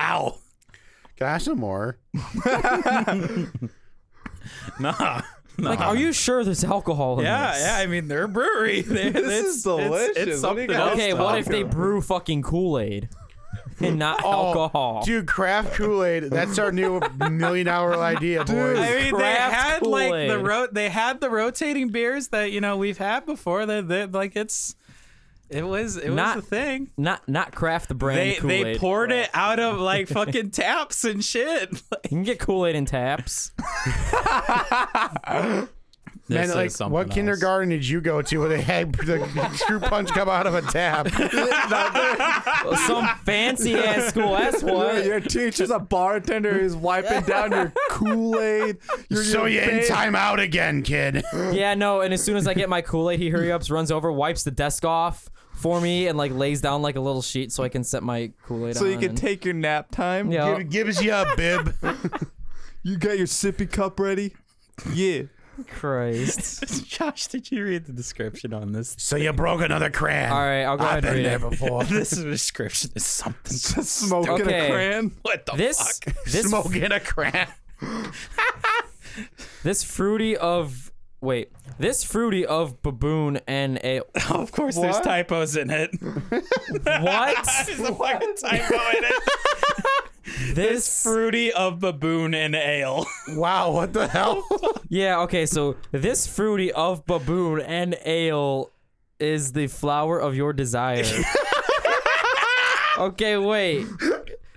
wow.
Can I have some more?
Nah.
Like, are you sure there's alcohol in
Yeah,
this?
yeah. I mean, they're a brewery. They, this
is
It's,
delicious. What do
something
you guys
Okay,
else,
what
though.
if they brew fucking Kool Aid and not
Oh,
alcohol?
Dude, craft Kool Aid. That's our new million dollar idea, boys.
I mean, they
Craft
had like the
Kool-Aid.
ro- they had the rotating beers that you know we've had before. That that- like it's it was it
Not
was a thing.
Not not craft the brand
They
Kool Aid.
they poured it out of like fucking taps and shit.
You can get Kool Aid in taps.
Man,
This
like,
is something
what
else.
kindergarten did you go to where they had the screw punch come out of a tap?
Some fancy ass school. That's
Your-
what.
Your teacher's a bartender who's wiping down your Kool Aid.
so you in time out again, kid.
Yeah, no. And as soon as I get my Kool Aid, he hurry ups, runs over, wipes the desk off for me, and like lays down like a little sheet so I can set my Kool Aid.
So
on
you can
and-
take your nap time.
Yeah.
Give- Gives you a bib.
You got your sippy cup ready. Yeah.
Christ.
Josh, did you read the description on this?
So you broke another crayon.
All right, I'll go
I've
ahead and
been
read
there
it.
before.
This description is something.
Smoking
Okay.
a crayon.
What the
This
fuck?
this
Smoking a crayon.
this fruity of wait this fruity of baboon and a
Of course, there's
What?
typos in it.
what
there's a fucking typo in it.
this
Fruity of baboon and ale.
Wow, what the hell?
yeah okay so this fruity of baboon and ale is the flower of your desire. okay, wait.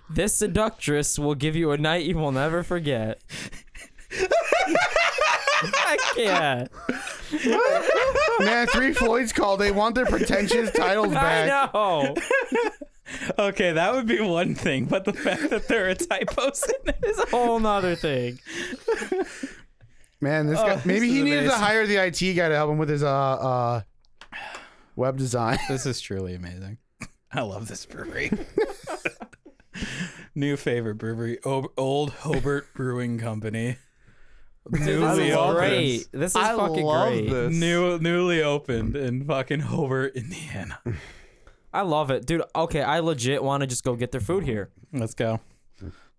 This seductress will give you a night you will never forget. I can't.
Man, three Floyds called. They want their pretentious titles
I
back.
know.
Okay, that would be one thing, but the fact that there are typos in it is
It's a whole nother thing.
Man, this guy. Maybe he needed to hire the IT guy to help him with his uh uh web design.
This is truly amazing. I love this brewery. New favorite brewery, o- Old Hobart Brewing Company. Newly
This is
opened.
great. This is
I
fucking
love
great.
this.
New, newly opened in fucking Hobart, Indiana.
I love it, dude. Okay, I legit want to just go get their food here.
Let's go.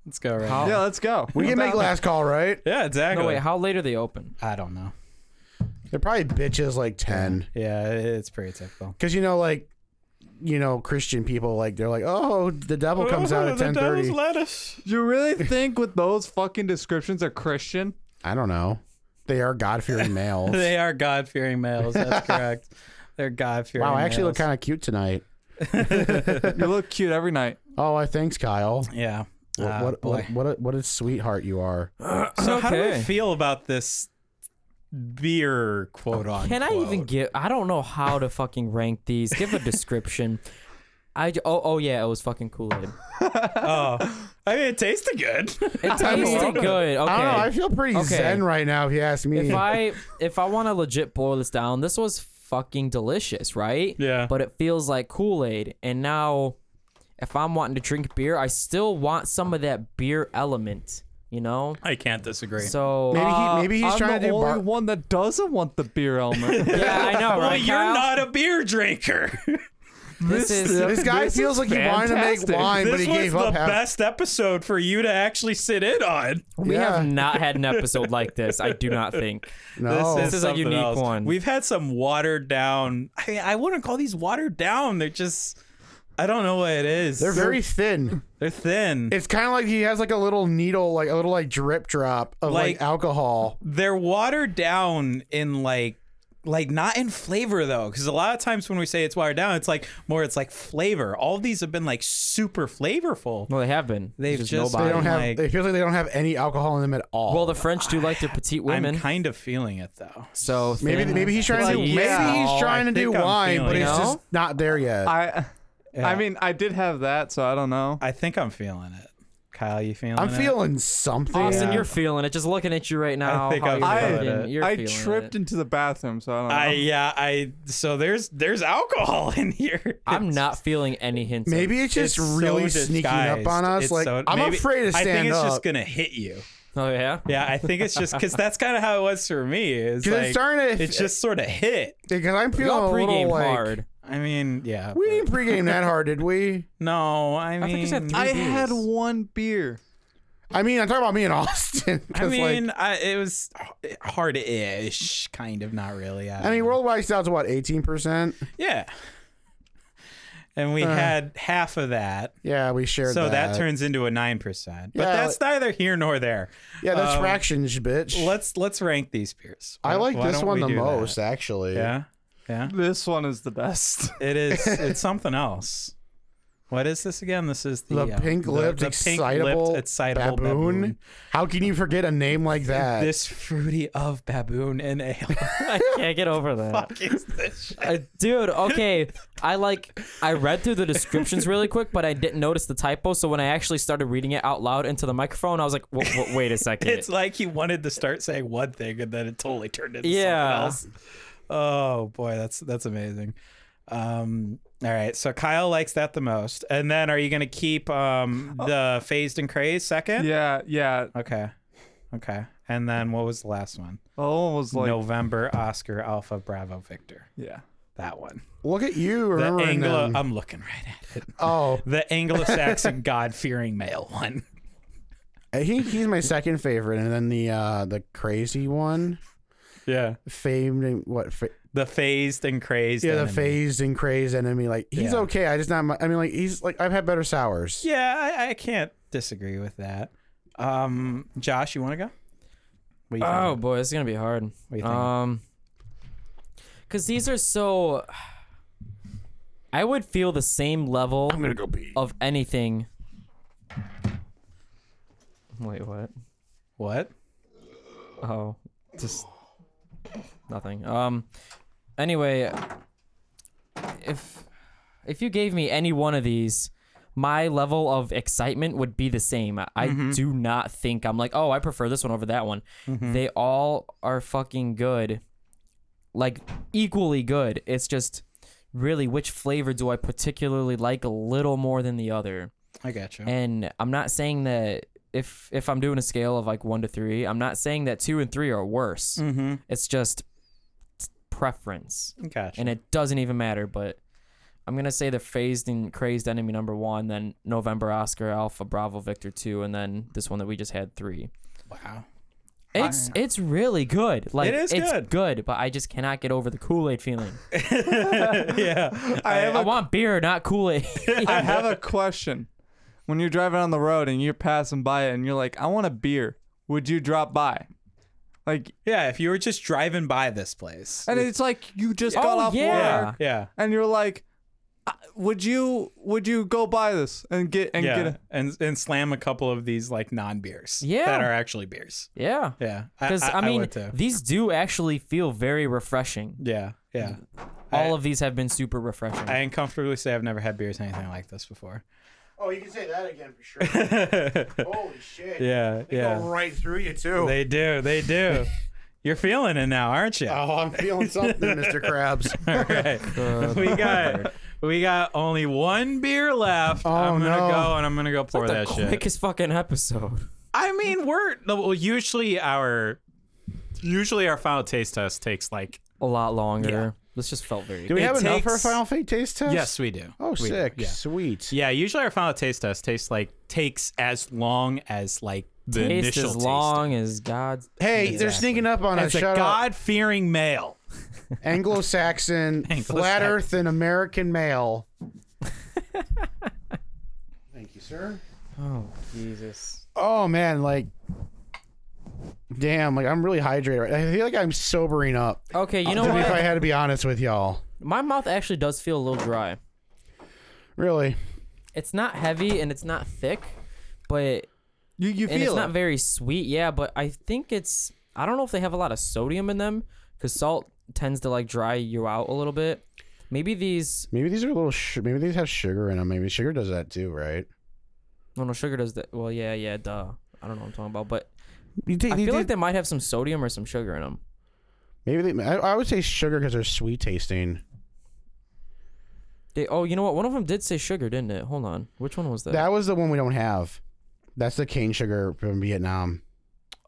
Let's go right now.
Yeah, let's go.
We can make last call, right?
Yeah,
No,
exactly.
wait, how late are they open?
I don't know.
They're probably bitches like ten,
Yeah, it's pretty typical.
because you know, like, you know, Christian people like they're like, oh, the devil comes out at ten thirty.
lettuce.
You really think with those fucking descriptions a Christian?
I don't know. They are God fearing males.
They are God fearing males. That's correct. They're God fearing.
wow, I actually look kind of cute tonight.
You look cute every night.
Oh, I thanks, Kyle.
Yeah.
What
Ah,
what,
boy.
what what a what a sweetheart you are.
So how do
Okay.
we feel about this beer quote on?
Can I even give? I don't know how to fucking rank these. Give a description. I j- oh oh yeah, it was fucking Kool Aid.
I mean, it tasted good.
It tasted good.
I
Okay.
don't know. I feel pretty
Okay.
zen right now, if you ask me.
if I if I want to legit boil this down, this was fucking delicious, right?
Yeah.
But it feels like Kool Aid, and now if I'm wanting to drink beer, I still want some of that beer element, you know.
I can't disagree.
So
maybe he, maybe he's
I'm
trying
the
to do
only
bar-
one that doesn't want the beer element.
yeah, I know, right?
well, you're
Kyle?
not a beer drinker.
This is
This guy feels like he wanted to make
fantastic.
wine, but
this
he
was
gave
the
up half.
best episode for you to actually sit in on.
we
Yeah.
have not had an episode like this. I do not think.
No.
This is a
something
unique one.
We've had some watered down. I mean, I wouldn't call these watered down. They're just. I don't know what it is.
They're very thin.
They're thin.
It's kind of like he has like a little needle, like a little like drip drop of
Like-
like, alcohol.
they're watered down in like like not in flavor though because a lot of times when we say it's watered down it's like more it's like flavor all of these have been like super flavorful
Well, they have been.
they've
There's
just,
no
They
body.
don't have.
like-
it feels like they don't have any alcohol in them at all.
Well, the French do like their petite women,
i'm kind of feeling it though
so
maybe
thin-
maybe he's trying to
Like,
do,
yeah.
maybe he's trying to do
Oh, think I'm
wine, but
feeling
it's
it.
just not there yet.
I,
Yeah.
I mean, I did have that, so I don't know.
i think i'm feeling it kyle you feeling
I'm
it?
feeling something.
Austin, you're feeling it. Just looking at you right now.
think
how
I'm
you're
feeling
fucking-
it.
you're
I
feeling
tripped
it.
into the bathroom, so I don't know.
i yeah i so there's there's alcohol in here
I'm not feeling any hints. of
Maybe it's just really sneaking up on us. like I'm afraid to stand
I think it's
up.
just gonna hit you.
Oh yeah.
Yeah, I think it's just because that's kind of how it was for me. Is
'Cause it's
like,
starting to-
it just sort of hit.
because I'm feeling
Y'all
a
pregame
little like
hard.
I mean, yeah.
we didn't pregame that hard, did we?
No, I
think
mean,
it's
I,
at three
I
beers.
had one beer.
I mean, I'm talking about me and Austin. 'cause, like,
mean, I, it was h- hard-ish, kind of, not really.
I mean,
don't know.
worldwide style's what 18 percent.
yeah. And we had half of that,
Yeah, we shared.
so that.
Uh. that
turns into a nine percent. But
Yeah,
that's neither here nor there.
Yeah, that's
Um,
fractions, bitch.
Let's let's rank these beers.
I like
Why
this
don't
one
we
the
do that?
most, actually.
Yeah, yeah.
This one is the best.
It is. It's something else. What is this again? This is the,
The
um,
pink-lipped,
the, the
excitable,
pink-lipped, excitable
baboon.
baboon.
How can you forget a name like that?
This fruity of baboon and ale.
I can't get over that.
is this shit?
Uh, dude, okay. I like I read through the descriptions really quick, but I didn't notice the typo. So when I actually started reading it out loud into the microphone, I was like, "W- w- "Wait a second.
It's like he wanted to start saying one thing and then it totally turned into
Yeah.
something else. Oh boy, that's that's amazing. Um all right, so Kyle likes that the most. And then are you gonna keep um
Oh.
the phased and crazed second?
yeah, yeah.
Okay. Okay. And then what was the last one?
Oh, was like,
November Oscar Alpha Bravo Victor.
yeah.
That one.
Look at you
The
remembering
Anglo
them.
I'm looking right at it.
oh,
The Anglo Saxon God fearing male one.
I think Uh, he's my second favorite, and then the uh the crazy one,
Yeah.
famed and what? Fa-
The phased and crazed.
yeah, the
enemy.
phased and crazed enemy. Like he's
Yeah.
okay. I just not. My, I mean, like he's like I've had better sours.
Yeah, I, I can't disagree with that. Um, Josh, you want to go? What do you think?
Oh boy, it's gonna be hard.
What you thinking?
Um, because these are so. I would feel the same level
I'm gonna go pee.
of anything. Wait, what?
what?
Oh, just nothing. Um. Anyway, if if you gave me any one of these, my level of excitement would be the same. I do not think I'm like, oh, I prefer this one over that one. They all are fucking good, like equally good. It's just really which flavor do I particularly like a little more than the other.
I got you.
And I'm not saying that if if I'm doing a scale of like one to three, I'm not saying that two and three are worse.
mm-hmm.
It's just preference,
Gotcha.
and it doesn't even matter. But I'm gonna say the phased and crazed enemy number one, then November Oscar Alpha Bravo Victor two, and then this one that we just had three.
wow.
It's it's really good. Like
is
it's
good.
but I just cannot get over the Kool Aid feeling.
yeah.
I
I
have, a,
want beer, not Kool Aid.
I have a question. When you're driving on the road and you're passing by it and you're like, I want a beer, would you drop by? Like,
Yeah. If you were just driving by this place.
and it's like you just got
Oh,
off
yeah.
work
yeah.
and you're like, "I- would you would you go buy this and get and
yeah.
get a,
and and slam a couple of these like non beers.
Yeah.
That are actually beers.
yeah,
Yeah.
because I, mean
would too.
these do actually feel very refreshing.
yeah. Yeah.
All of these have been super refreshing.
I can comfortably say I've never had beers anything like this before.
Oh, you can say that again for sure. Holy shit.
Yeah, yeah.
right through you too.
They do, they do. You're feeling it now, aren't you?
oh, I'm feeling something, Mr. Krabs.
All right. we got we got only one beer left.
Oh,
I'm gonna
no.
go and I'm gonna go pour
the
that shit.
quickest fucking episode.
I mean, we're no, well, usually our usually our final taste test takes like
A lot longer. This just felt very.
Do we
It
have enough for a
takes-
Final Fate taste test?
yes, we do.
Oh,
We do,
sick.
Yeah.
Sweet.
Yeah, usually our final taste test tastes like takes as long as like the
taste
initial
as long as God's.
Hey, they're sneaking up on
Taste. It's
us.
a
Shut up.
God-fearing male.
Anglo-Saxon, flat Earth, and American male. Thank you, sir.
Oh Jesus.
Oh man, like, damn, like I'm really hydrated. right- I feel like I'm sobering up.
Okay, you know
To be- if I
what?
had to be honest with y'all,
My mouth actually does feel a little dry.
really,
It's not heavy and it's not thick, but
You you
and it's
feel
not
it.
very sweet. Yeah, but I think it's. I don't know if they have a lot of sodium in them because salt tends to like dry you out a little bit. Maybe these.
maybe these are a little. Sh- maybe these have sugar in them. Maybe sugar does that too, right?
No, no, sugar does that. Well, yeah, yeah, duh. I don't know what I'm talking about, but
You
I feel like they might have some sodium or some sugar in them.
maybe they, I, I would say sugar because they're sweet tasting.
They, oh, you know what? One of them did say sugar, didn't it? Hold on. Which one was that?
That was the one we don't have. That's the cane sugar from Vietnam.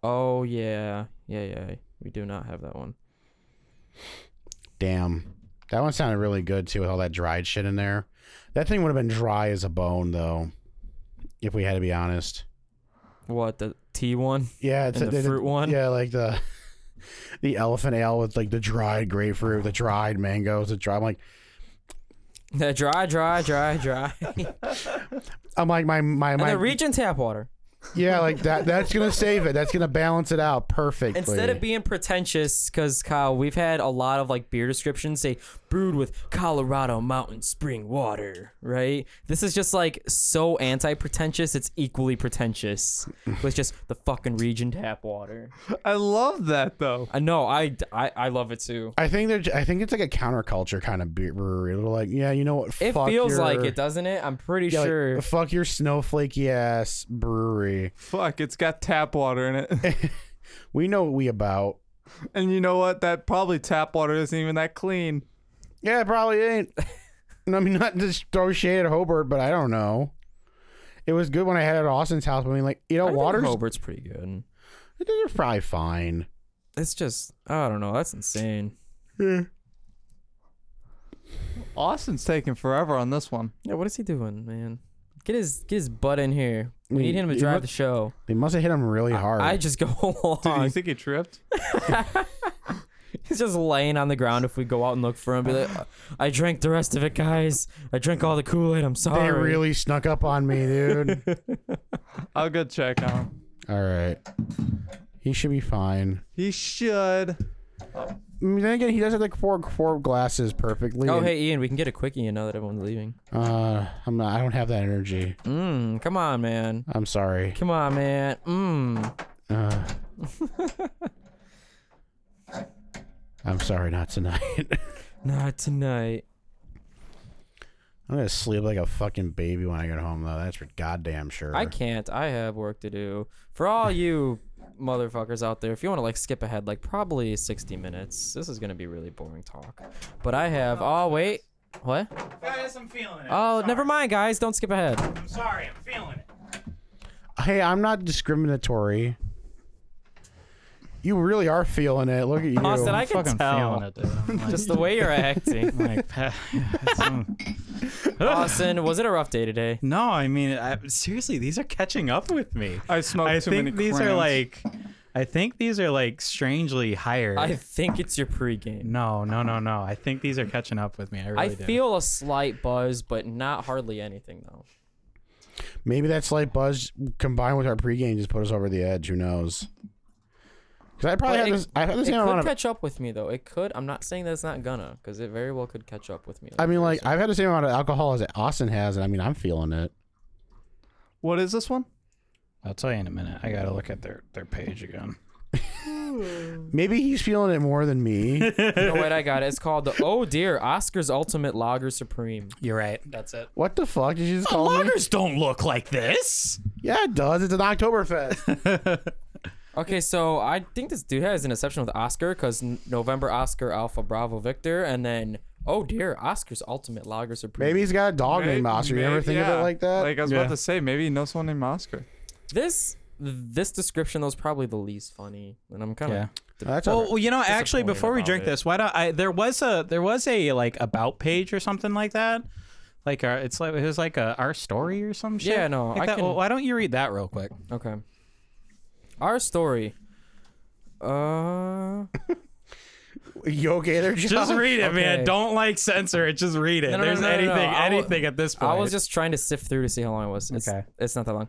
oh, yeah. Yeah, yeah. We do not have that one.
Damn. That one sounded really good too with all that dried shit in there. That thing would have been dry as a bone though, if we had to be honest.
What, the tea one?
Yeah, it's
And the
they did-
fruit one?
Yeah, like the the elephant ale with like the dried grapefruit, the dried mangoes, the dry. I'm like,
The dry, dry, dry, dry.
I'm like my my
and
my.
the region tap water.
yeah, like that. That's gonna save it. That's gonna balance it out perfectly.
Instead of being pretentious, because Kyle, we've had a lot of like beer descriptions say brewed with Colorado mountain spring water, right? This is just like so anti-pretentious. It's equally pretentious with just the fucking region tap water.
I love that though.
I know. I, I I love it too.
I think they're. I think it's like a counterculture kind of beer brewery. They're like, yeah, you know what?
It
fuck
feels
your-
like it, doesn't it? I'm pretty
yeah, like,
sure.
fuck your snowflakey ass brewery.
Fuck, it's got tap water in it.
We know what we about.
and you know what? That probably tap water isn't even that clean.
Yeah, it probably ain't. I mean, not just throw shade at Hobart, but I don't know. It was good when I had it at Austin's house. But I mean, like you know,
I think
water's
Hobart's pretty good.
they're probably fine.
It's just I don't know. That's insane.
Austin's taking forever on this one.
Yeah, what is he doing, man? Get his get his butt in here. We
Wait,
need him to
you
drive
look-
the show.
They must have hit him really hard.
I just go
Dude, you
along.
think he tripped?
He's just laying on the ground. If we go out and look for him, be like, "Uh, I drank the rest of it, guys. I drank all the Kool Aid. I'm sorry.
they really snuck up on me, dude.
I'll go check on him.
All right, he should be fine.
He should.
I mean, then again, he does have like four four glasses perfectly.
Oh
and,
hey Ian, we can get a quickie now that everyone's leaving.
uh, I'm not. I don't have that energy.
Mmm, come on, man.
I'm sorry.
Come on, man. Mmm.
Uh, I'm sorry, not tonight.
Not tonight.
I'm gonna sleep like a fucking baby when I get home, though. That's for goddamn sure.
I can't. I have work to do. For all you motherfuckers out there, if you want to like skip ahead like probably 60 minutes, this is going to be really boring talk. But I have Oh, wait. What?
Guys, I'm feeling it.
Oh, never mind, guys. Don't skip ahead.
I'm sorry, I'm feeling it.
Hey, I'm not discriminatory. You really are feeling it. Look at you.
Austin, I can
Fucking feeling
tell
it, dude. I'm like,
just the way you're acting. Austin, was it a rough day today?
no, I mean, I, seriously, these are catching up with me.
I smoked
I
too
think
many
these are
crowns.
like, I think these are like strangely higher.
I think it's your pregame.
no, no, no, no. I think these are catching up with me. I really
I
do.
feel a slight buzz, but not hardly anything though.
Maybe that slight buzz combined with our pregame just put us over the edge. Who knows? Because I probably
But
had
it-
this. I had the
It
same amount
could
of.
catch up with me though. It could. I'm not saying that it's not gonna, because it very well could catch up with me.
I mean,
later,
like
so-
I've had the same amount of alcohol as Austin has, and I mean, I'm feeling it.
What is this one?
I'll tell you in a minute. I gotta look at their their page again.
Maybe he's feeling it more than me.
Oh wait, I got it. It's called the Oh Dear Oscar's Ultimate Lager Supreme.
You're right. That's it.
what the fuck did you just call me?
Lagers don't look like this.
Yeah, it does. It's an Oktoberfest.
Okay, so I think this dude has an exception with Oscar because November Oscar Alpha Bravo Victor, and then Oh Dear Oscar's Ultimate Lager Supreme.
Maybe he's got a dog named Oscar. You ever
maybe-
think of
yeah.
it like that?
Like I was about to say, maybe he knows someone named Oscar.
this this description though is probably the least funny, and I'm kind of.
Yeah.
That's
Well,
all
well, you know, actually,
disappointed
before we
about
drink
it.
this, why don't I? There was a there was a like about page or something like that. Like our, it's like it was like a our story or some shit.
Yeah, no,
like
I
that.
can-
Well, why don't you read that real quick?
Okay. Our story. Uh.
right. You okay there, John?
Just read it, man.
Okay.
Don't like censor it. Just read it.
No, no, no,
There's
no, no, no.
anything,
I wa-
anything at this point.
I was just trying to sift through to see how long it was. It's,
Okay.
It's not that long.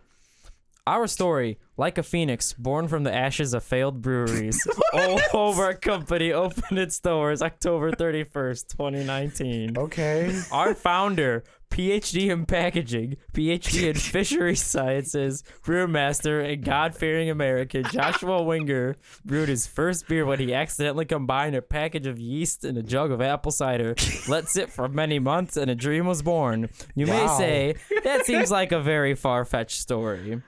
Our story, like a phoenix born from the ashes of failed breweries, all over company opened its doors October 31st, 2019.
Okay.
Our founder, PhD in packaging, PhD in fisheries sciences, brewmaster, and God fearing American, Joshua Winger brewed his first beer when he accidentally combined a package of yeast and a jug of apple cider, let sit for many months, and a dream was born. You may say, that seems like a very far fetched story.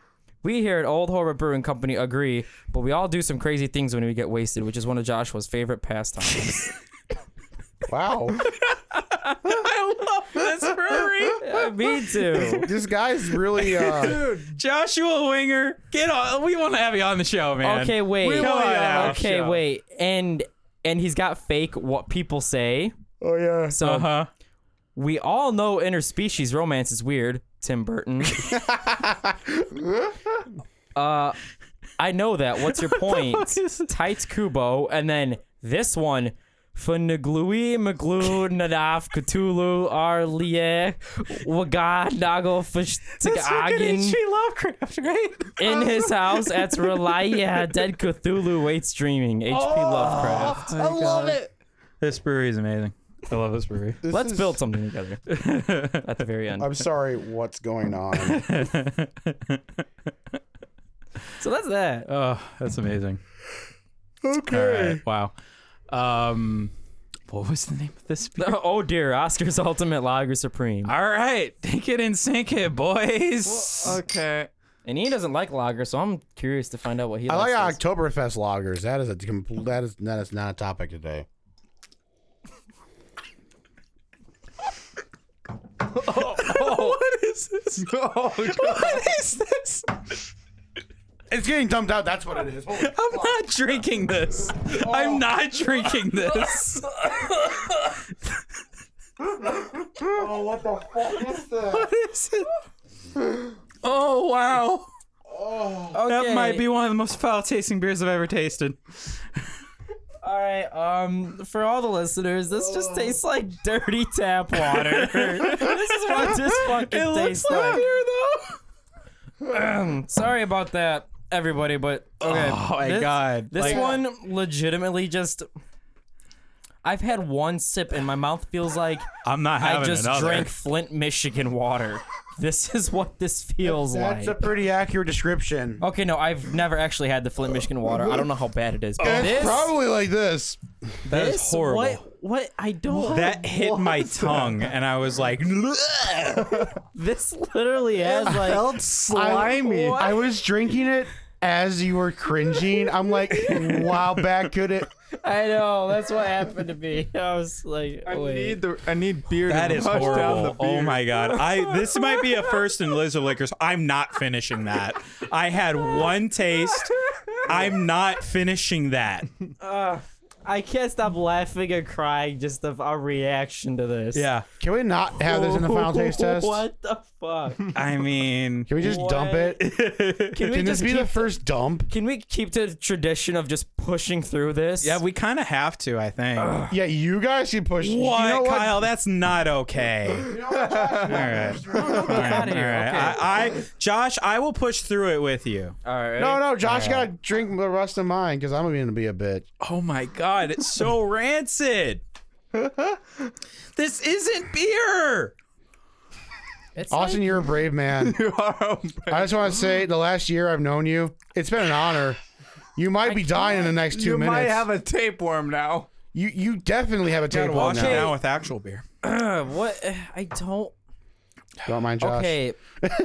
We here at Old Harbor Brewing Company agree, but we all do some crazy things when we get wasted, which is one of Joshua's favorite pastimes.
Wow.
Yeah, Me too.
this guy's really. Uh,
Joshua Winger. Get on. We want to have you on the show, man.
Okay, wait.
Come on out.
okay, wait. And and he's got fake what people say.
oh yeah.
So
Uh-huh.
we all know interspecies romance is weird. Tim Burton. uh, I know that. What's your point? Tights Kubo, and then this one. Funaglui, Magloo, Nadaf, Cthulhu, Arlie, Wagad, Nago, Fish, Tagagin.
Lovecraft, right?
In his house at Relaya, dead Cthulhu waits streaming. HP
Oh.
Lovecraft.
I love it.
This brewery is amazing. I love this brewery.
Let's build something together at the very end.
I'm sorry. What's going on?
So that's that.
Oh, that's amazing.
okay.
Wow. Um, what was the name of this beer?
Oh dear, Oscar's Ultimate Lager Supreme.
All right, take it and sink it, boys.
Okay.
And he doesn't like lager, so I'm curious to find out what he
I like
likes.
Oktoberfest loggers. That is a compl- that is that is not a topic today.
what is this? what is this?
It's getting dumped out. That's what it is. Holy
I'm not drinking this. I'm not drinking this.
oh, what the fuck is that?
What is it? Oh wow, that
Oh,
Okay,
might be one of the most foul-tasting beers I've ever tasted.
All right. Um, for all the listeners, this
Oh.
just tastes like dirty tap water. this is what this fucking
It looks
tastes
like,
like.
beer though.
Sorry about that, everybody. But okay.
Oh my
this-
god,
This
Like,
one legitimately just. I've had one sip and my mouth feels like
I'm not having
I just
another.
drank Flint, Michigan water. This is what this feels
That's a
like.
pretty accurate description.
okay, no, I've never actually had the Flint, Michigan water. I don't know how bad it is. But this,
like this.
That is
this-
horrible.
What? What? I don't.
That hit my tongue, and I was like,
This literally has like.
slimy. I, was drinking it as you were cringing. I'm like, wow, back could it?
I know. That's what happened to me. I was like,
I
wait.
need the I need beer
That
to
is
wash down the
horrible.
beer.
Oh my god. I this might be a first in Lizard Liquors. I'm not finishing that. I had one taste. I'm not finishing that.
I can't stop laughing and crying just of our reaction to this.
Yeah.
Can we not have this in the final taste test?
What the fuck?
I mean
Can we just dump it?
Can we
Can this
just
be
keep
the first dump?
Can we keep the tradition of just pushing through this?
Yeah, we kind of have to, I think.
Yeah, you guys should push. You
what,
know what?
Kyle? That's not okay. All right. All right.
outta here.
all right.
Okay.
I, I, Josh, I will push through it with you.
All right.
No, no, Josh got to drink the rest of mine because I'm going to be a bitch.
Oh my god, it's so rancid. this isn't beer.
Austin, you're a brave man.
You are a-
I just want to say the last year I've known you, it's been an honor. You might be dying in the next two
you
minutes.
might have a tapeworm now.
you you definitely have a
Gotta
tapeworm
watch it
now.
now with actual beer.
what? eh, I don't.
Don't mind Josh.
Okay,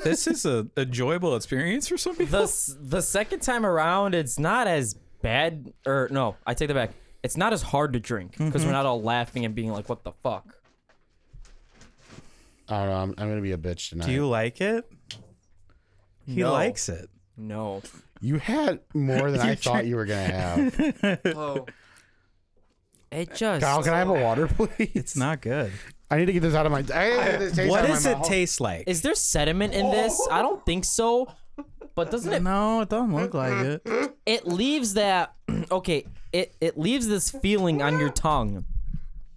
this is a enjoyable experience for some people.
the s- the second time around, it's not as bad. Or no, I take that back. It's not as hard to drink because
Mm-hmm.
we're not all laughing and being like, "What the fuck."
I don't know. I'm, I'm gonna be a bitch tonight.
Do you like it? He
No.
likes it.
No.
You had more than I thought you were gonna have.
Oh.
It just.
Kyle, can I have a water, please?
It's not good.
I need to get this out of my. I gotta get this taste
What
out of
does
my
it
mouth.
taste like?
Is there sediment in this? I don't think so. But doesn't it?
no, it doesn't look like it.
It leaves that. Okay. It it leaves this feeling on your tongue.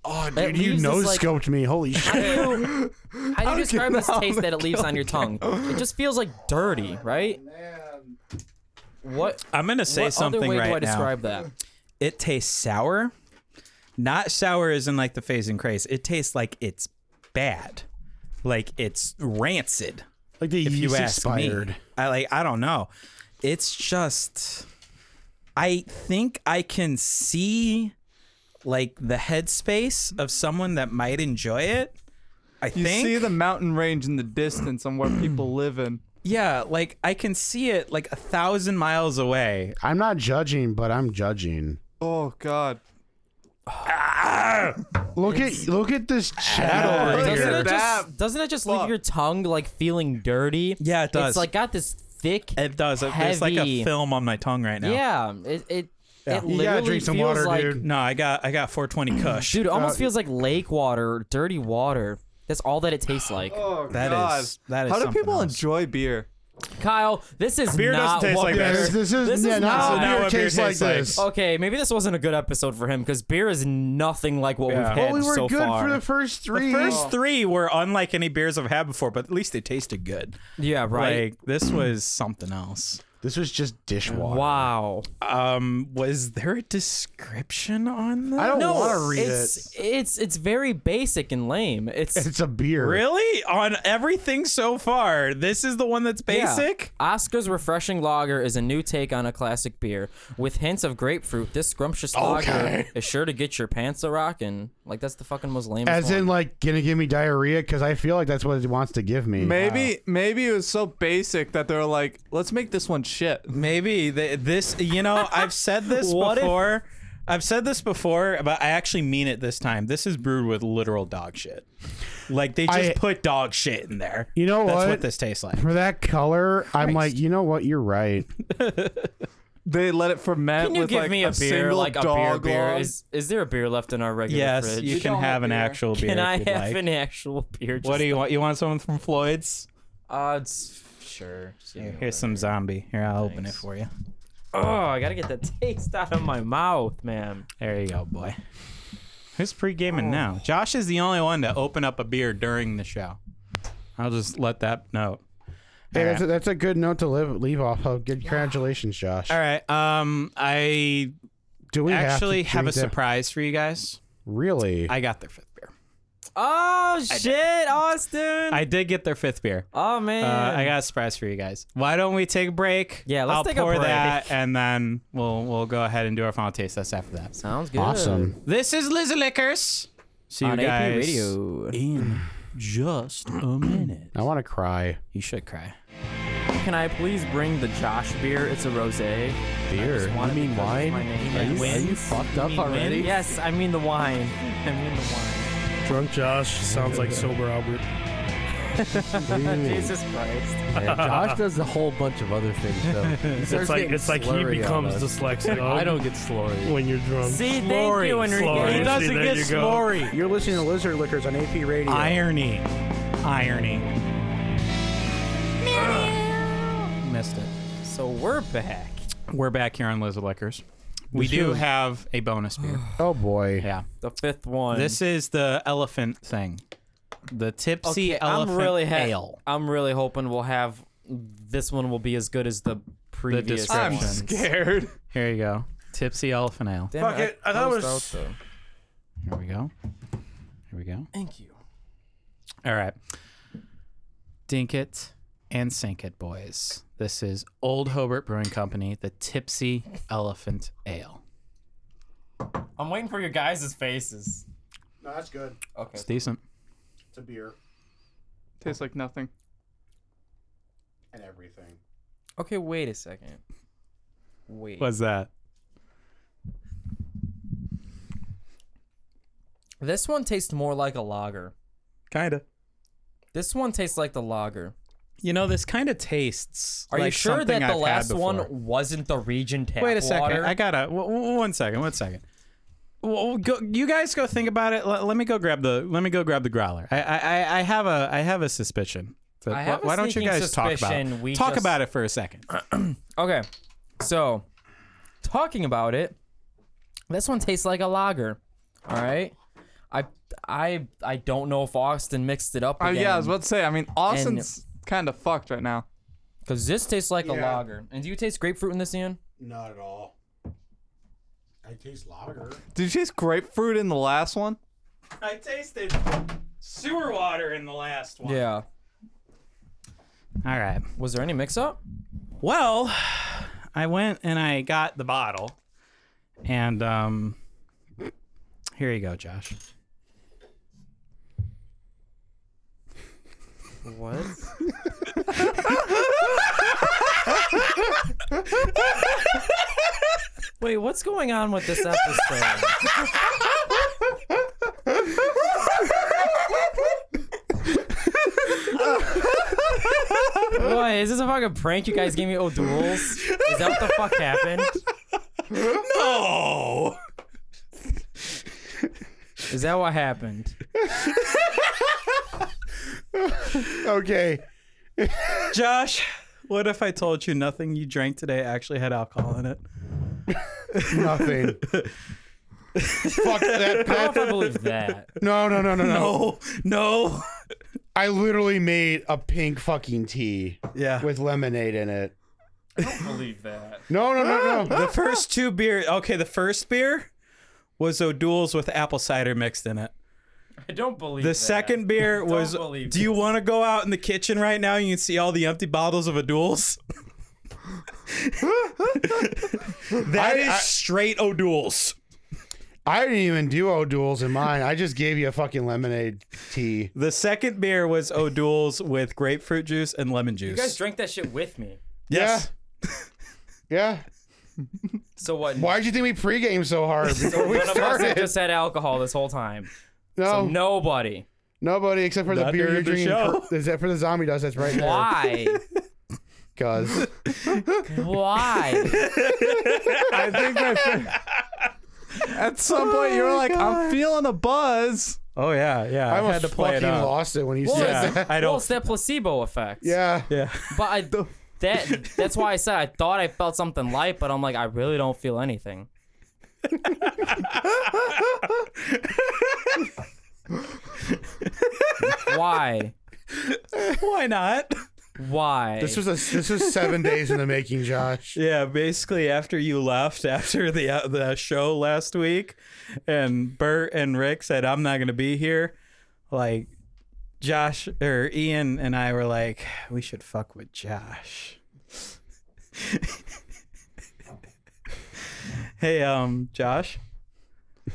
Oh,
It
dude, you
leaves
nose
this, like-
scoped me. Holy shit!
How do you, how do you describe this taste that it leaves on your tongue? It just feels like dirty, right? What?
I'm gonna say
what
something
other way
right
do
now.
I describe that?
It tastes sour. Not sour as in like the phase and craze. It tastes like it's bad. Like it's rancid.
Like the
If
yeast
you ask
expired.
me. I like I don't know. It's just I think I can see like the headspace of someone that might enjoy it. I
You
think
see the mountain range in the distance on where people live in.
Yeah, like I can see it like a thousand miles away.
I'm not judging, but I'm judging.
Oh God.
Look at look at this chat over
Doesn't
here.
it just doesn't it just leave your tongue like feeling dirty?
Yeah, it does.
It's like got this thick.
It does. It- It's like
Heavy.
a film on my tongue right now.
yeah. It it it
You
literally
gotta drink some
feels
water,
like
dude. Uh,
No, I got I got 420 Kush.
Dude, it almost feels like lake water, dirty water. That's all that it tastes like.
Oh
That
God.
is- that is
How do
something
people
else.
enjoy beer?
Kyle, this is
Beer doesn't
not
taste
what
like
beer-
this.
This, this is,
This
yeah, not
is not-
how
Now
beer
what beer
tastes like
tastes like. Oh,
this.
Okay, maybe this wasn't a good episode for him because beer is nothing like what we've had
Well, Oh, we were
so
good
far.
for the first three. Oh.
First three were unlike any beers I've had before, but at least they tasted good.
yeah, right.
Like this was something else.
this was just dishwater.
wow.
Um, was there a description on that?
I don't
No,
want to read it.
it's it's it's very basic and lame. It's
It's a beer.
Really? On everything so far, this is the one that's
yeah.
basic.
Oscar's refreshing lager is a new take on a classic beer with hints of grapefruit. This scrumptious lager
Okay.
is sure to get your pants a rockin'. Like that's the fucking most lame.
As in, like, gonna give me diarrhea because I feel like that's what it wants to give me.
Maybe maybe it was so basic that they're like, let's make this one shit.
Maybe they, this. You know, I've said this
What if-
before. I've said this before, but I actually mean it this time. This is brewed with literal dog shit. Like they just
I-
put dog shit in there.
You know
That's
what?
what this tastes like.
For that color, I'm like, you know what? You're right.
They let it ferment
Can you
with
give
like
me a, beer
single
like a beer
dog
beer?
log.
Is is there a beer left in our regular
Yes,
fridge?
you can
don't
have
have
an
beer.
actual beer.
Can
if
I
you'd
have
like.
an actual beer?
What
just
do you want? You want someone from Floyd's?
Uh, it's, sure.
Here, here's some zombie. Here, I'll open it for you.
Oh, I gotta get that taste out of my mouth, man.
There you go, boy. Who's pre gaming now? Josh is the only one to open up a beer during the show. I'll just let that note.
Hey, that's, a, that's a good note to live leave off of. Good congratulations, Josh.
All right. Um, I
Do we have to
actually have, a
drink that-
surprise for you guys.
Really?
I got their fifth beer.
Oh shit, Austin.
I did get their fifth beer.
oh
Uh,
man.
I got a surprise for you guys. Why don't we take a break?
Yeah, let's
I'll
take a
pour
break.
that, and then we'll we'll go ahead and do our final taste test after that.
Sounds good.
awesome.
This is Liz Liquors. See you
On
guys
AP Radio.
in just a minute.
I want to cry.
You should cry.
Can I please bring the Josh beer? It's a rosé.
Beer.
I mean wine. My name. Are you,
fucked up already?
Yes, I mean the wine. I mean the
Drunk Josh sounds like sober Albert.
wine. Jesus Christ.
Josh does a whole bunch of other things though.
It's like it's like he becomes dyslexic.
I don't get slurry.
when you're drunk.
See, thank you, Enrique.
Slurry.
He
See,
doesn't
there
get
you go.
slurry.
You're listening to Lizard Liquors on AP Radio.
Irony. Irony. Missed it.
So we're back.
We're back here on Lizard Liquors. We
This
do
is-
have a bonus beer.
oh boy.
yeah.
The fifth one.
This is the elephant thing. The tipsy
okay,
elephant
I'm really ha-
ale.
I'm really hoping we'll have this one will be as good as the previous
description.
ones.
Scared.
Here you go. Tipsy elephant ale.
Damn
Fuck it, I thought it
closed
was-
out,
Here
though.
we go. Here we go.
Thank you.
All right. Dink it.
and sink it, boys. This is Old Hobart Brewing Company, the Tipsy Elephant Ale.
I'm waiting for your guys' faces.
No, that's good.
Okay.
It's decent.
It's a beer
Tastes like nothing.
and everything.
Okay, wait a second. Wait.
What's that?
This one tastes more like a lager.
Kinda.
This one tastes like the lager.
You know, this kind of tastes.
Are you
like
sure
something
that the
I've had
last
before.
one wasn't the region tap
Wait a second.
water?
I gotta. W- w- one second. One second. Well, go, you guys go think about it. L- let me go grab the. Let me go grab the growler. I I, I- I have a I have a suspicion. But
I have
why
a
don't you
sneaking
guys talk about
suspicion
it?
we
talk
just-
about it for a second?
Okay. So, talking about it, this one tastes like a lager. All right. I I I don't know if Austin mixed it up
Oh,
Uh,
again.
yeah, I was about to say. I mean, Austin's kind of fucked right now.
Cuz this tastes like a
Yeah.
lager. And do you taste grapefruit in this, Ian?
Not at all. I taste lager.
Did you taste grapefruit in the last one?
I tasted sewer water in the last one.
Yeah.
All right.
Was there any mix up?
Well, I went and I got the bottle, and um, here you go, Josh.
What? Wait, what's going on with this episode? What is this a fucking prank you guys gave me O'Doul's? Is that what the fuck happened?
No.
Is that what happened?
Okay.
Josh, what if I told you nothing you drank today actually had alcohol in it?
Nothing. Fuck that.
I don't know if I believe that.
No, no, no, no, no.
No. No.
I literally made a pink fucking tea
Yeah.
with lemonade in it.
Believe that.
No, no, no, no.
the first two beer. Okay, the first beer was O'Doul's with apple cider mixed in it.
I don't believe
The
that.
second beer was.
believe
Do you want to go out in the kitchen right now? You can see all the empty bottles of O'Doul's. That is
I-
straight O'Doul's.
I didn't even do O'Doul's in mine. I just gave you a fucking lemonade tea.
The second beer was O'Doul's with grapefruit juice and lemon juice.
You guys drank that shit with me.
yes.
Yeah.
So what?
Why'd you think we pregame so hard before we
None of us have
started? Oh.
just had alcohol this whole time.
no,
So nobody.
nobody except for the
Not
beer
during
you're
the
drinking.
show.
cur- Except for the zombie dust that's right there.
Why?
Because
Why?
I think my fa- At
Oh
some point, you were like, I'm feeling a buzz.
Oh yeah, yeah.
I
I had
almost
to play
fucking
it up.
lost it when you said that.
Yeah, I
Well,
don't.
it's that placebo effect.
Yeah.
Yeah.
But I that that's why I said I thought I felt something light, but I'm like I really don't feel anything. why?
Why not?
Why?
This was a, this was seven days in the making, Josh.
Yeah, basically after you left after the uh, the show last week, and Bert and Rick said I'm not gonna be here. Like Josh or Ian and I were like, we should fuck with Josh. hey, um, Josh,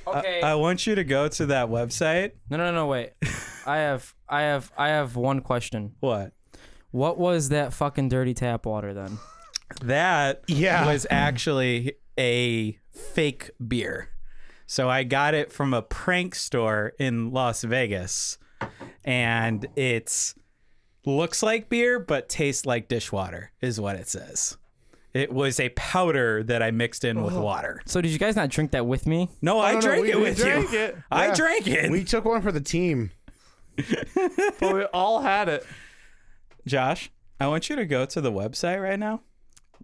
okay.
I want you to go to that website.
no, no, no, wait. I have, I have, I have one question.
What?
What was that fucking dirty tap water then?
That
Yeah.
was actually a fake beer. So I got it from a prank store in Las Vegas. And it's looks like beer but tastes like dishwater is what it says. It was a powder that I mixed in with water.
So did you guys not drink that with me?
No, I
Oh. no,
drank
we-
it
we
with
drank
you.
it.
I
Yeah.
drank it.
We took one for the team.
But we all had it.
Josh, I want you to go to the website right now.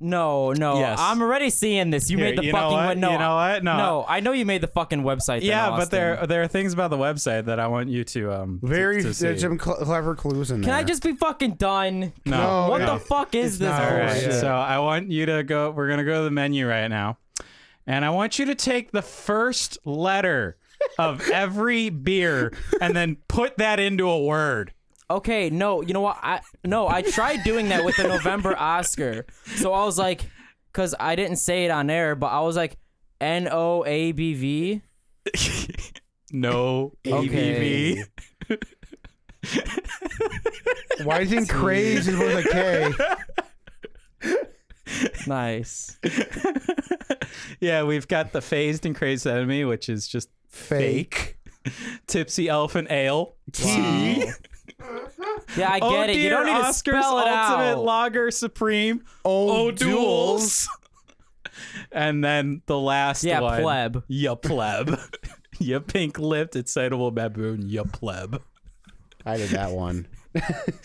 No, no.
Yes.
I'm already seeing this. You
Here,
made the
you know
fucking
what?
we- no.
You know what? No.
No, I know you made the fucking website. then,
Yeah, but there
Austin.
there are things about the website that I want you to um to-
Very
to see.
there's some cl- clever clues in
Can
there.
I just be fucking done?
No.
what
no.
the fuck is this?
not
All right.
bullshit?
So I want you to go. We're gonna go to the menu right now, and I want you to take the first letter of every beer and then put that into a word.
Okay, no, you know what? I no, I tried doing that with the November Oscar. So I was like, because I didn't say it on air, but I was like, N O A B V.
No E
Okay.
ABV.
Why is it craze is with a K?
Nice.
Yeah, we've got the phased and crazed enemy, which is just fake. Tipsy elephant ale. Tea.
Yeah, I get
oh
it.
dear,
You don't need to
Oscars
spell it
ultimate
out.
lager supreme. Oh, duels. and then the last
Yeah,
one.
pleb.
Ya pleb. ya pink lipped excitable baboon. Ya pleb.
I did that one.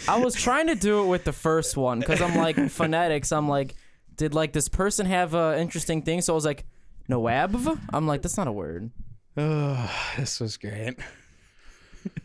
I was trying to do it with the first one because I'm like phonetics. I'm like, did like this person have a interesting thing? So I was like, Noab. I'm like, that's not a word.
This was great.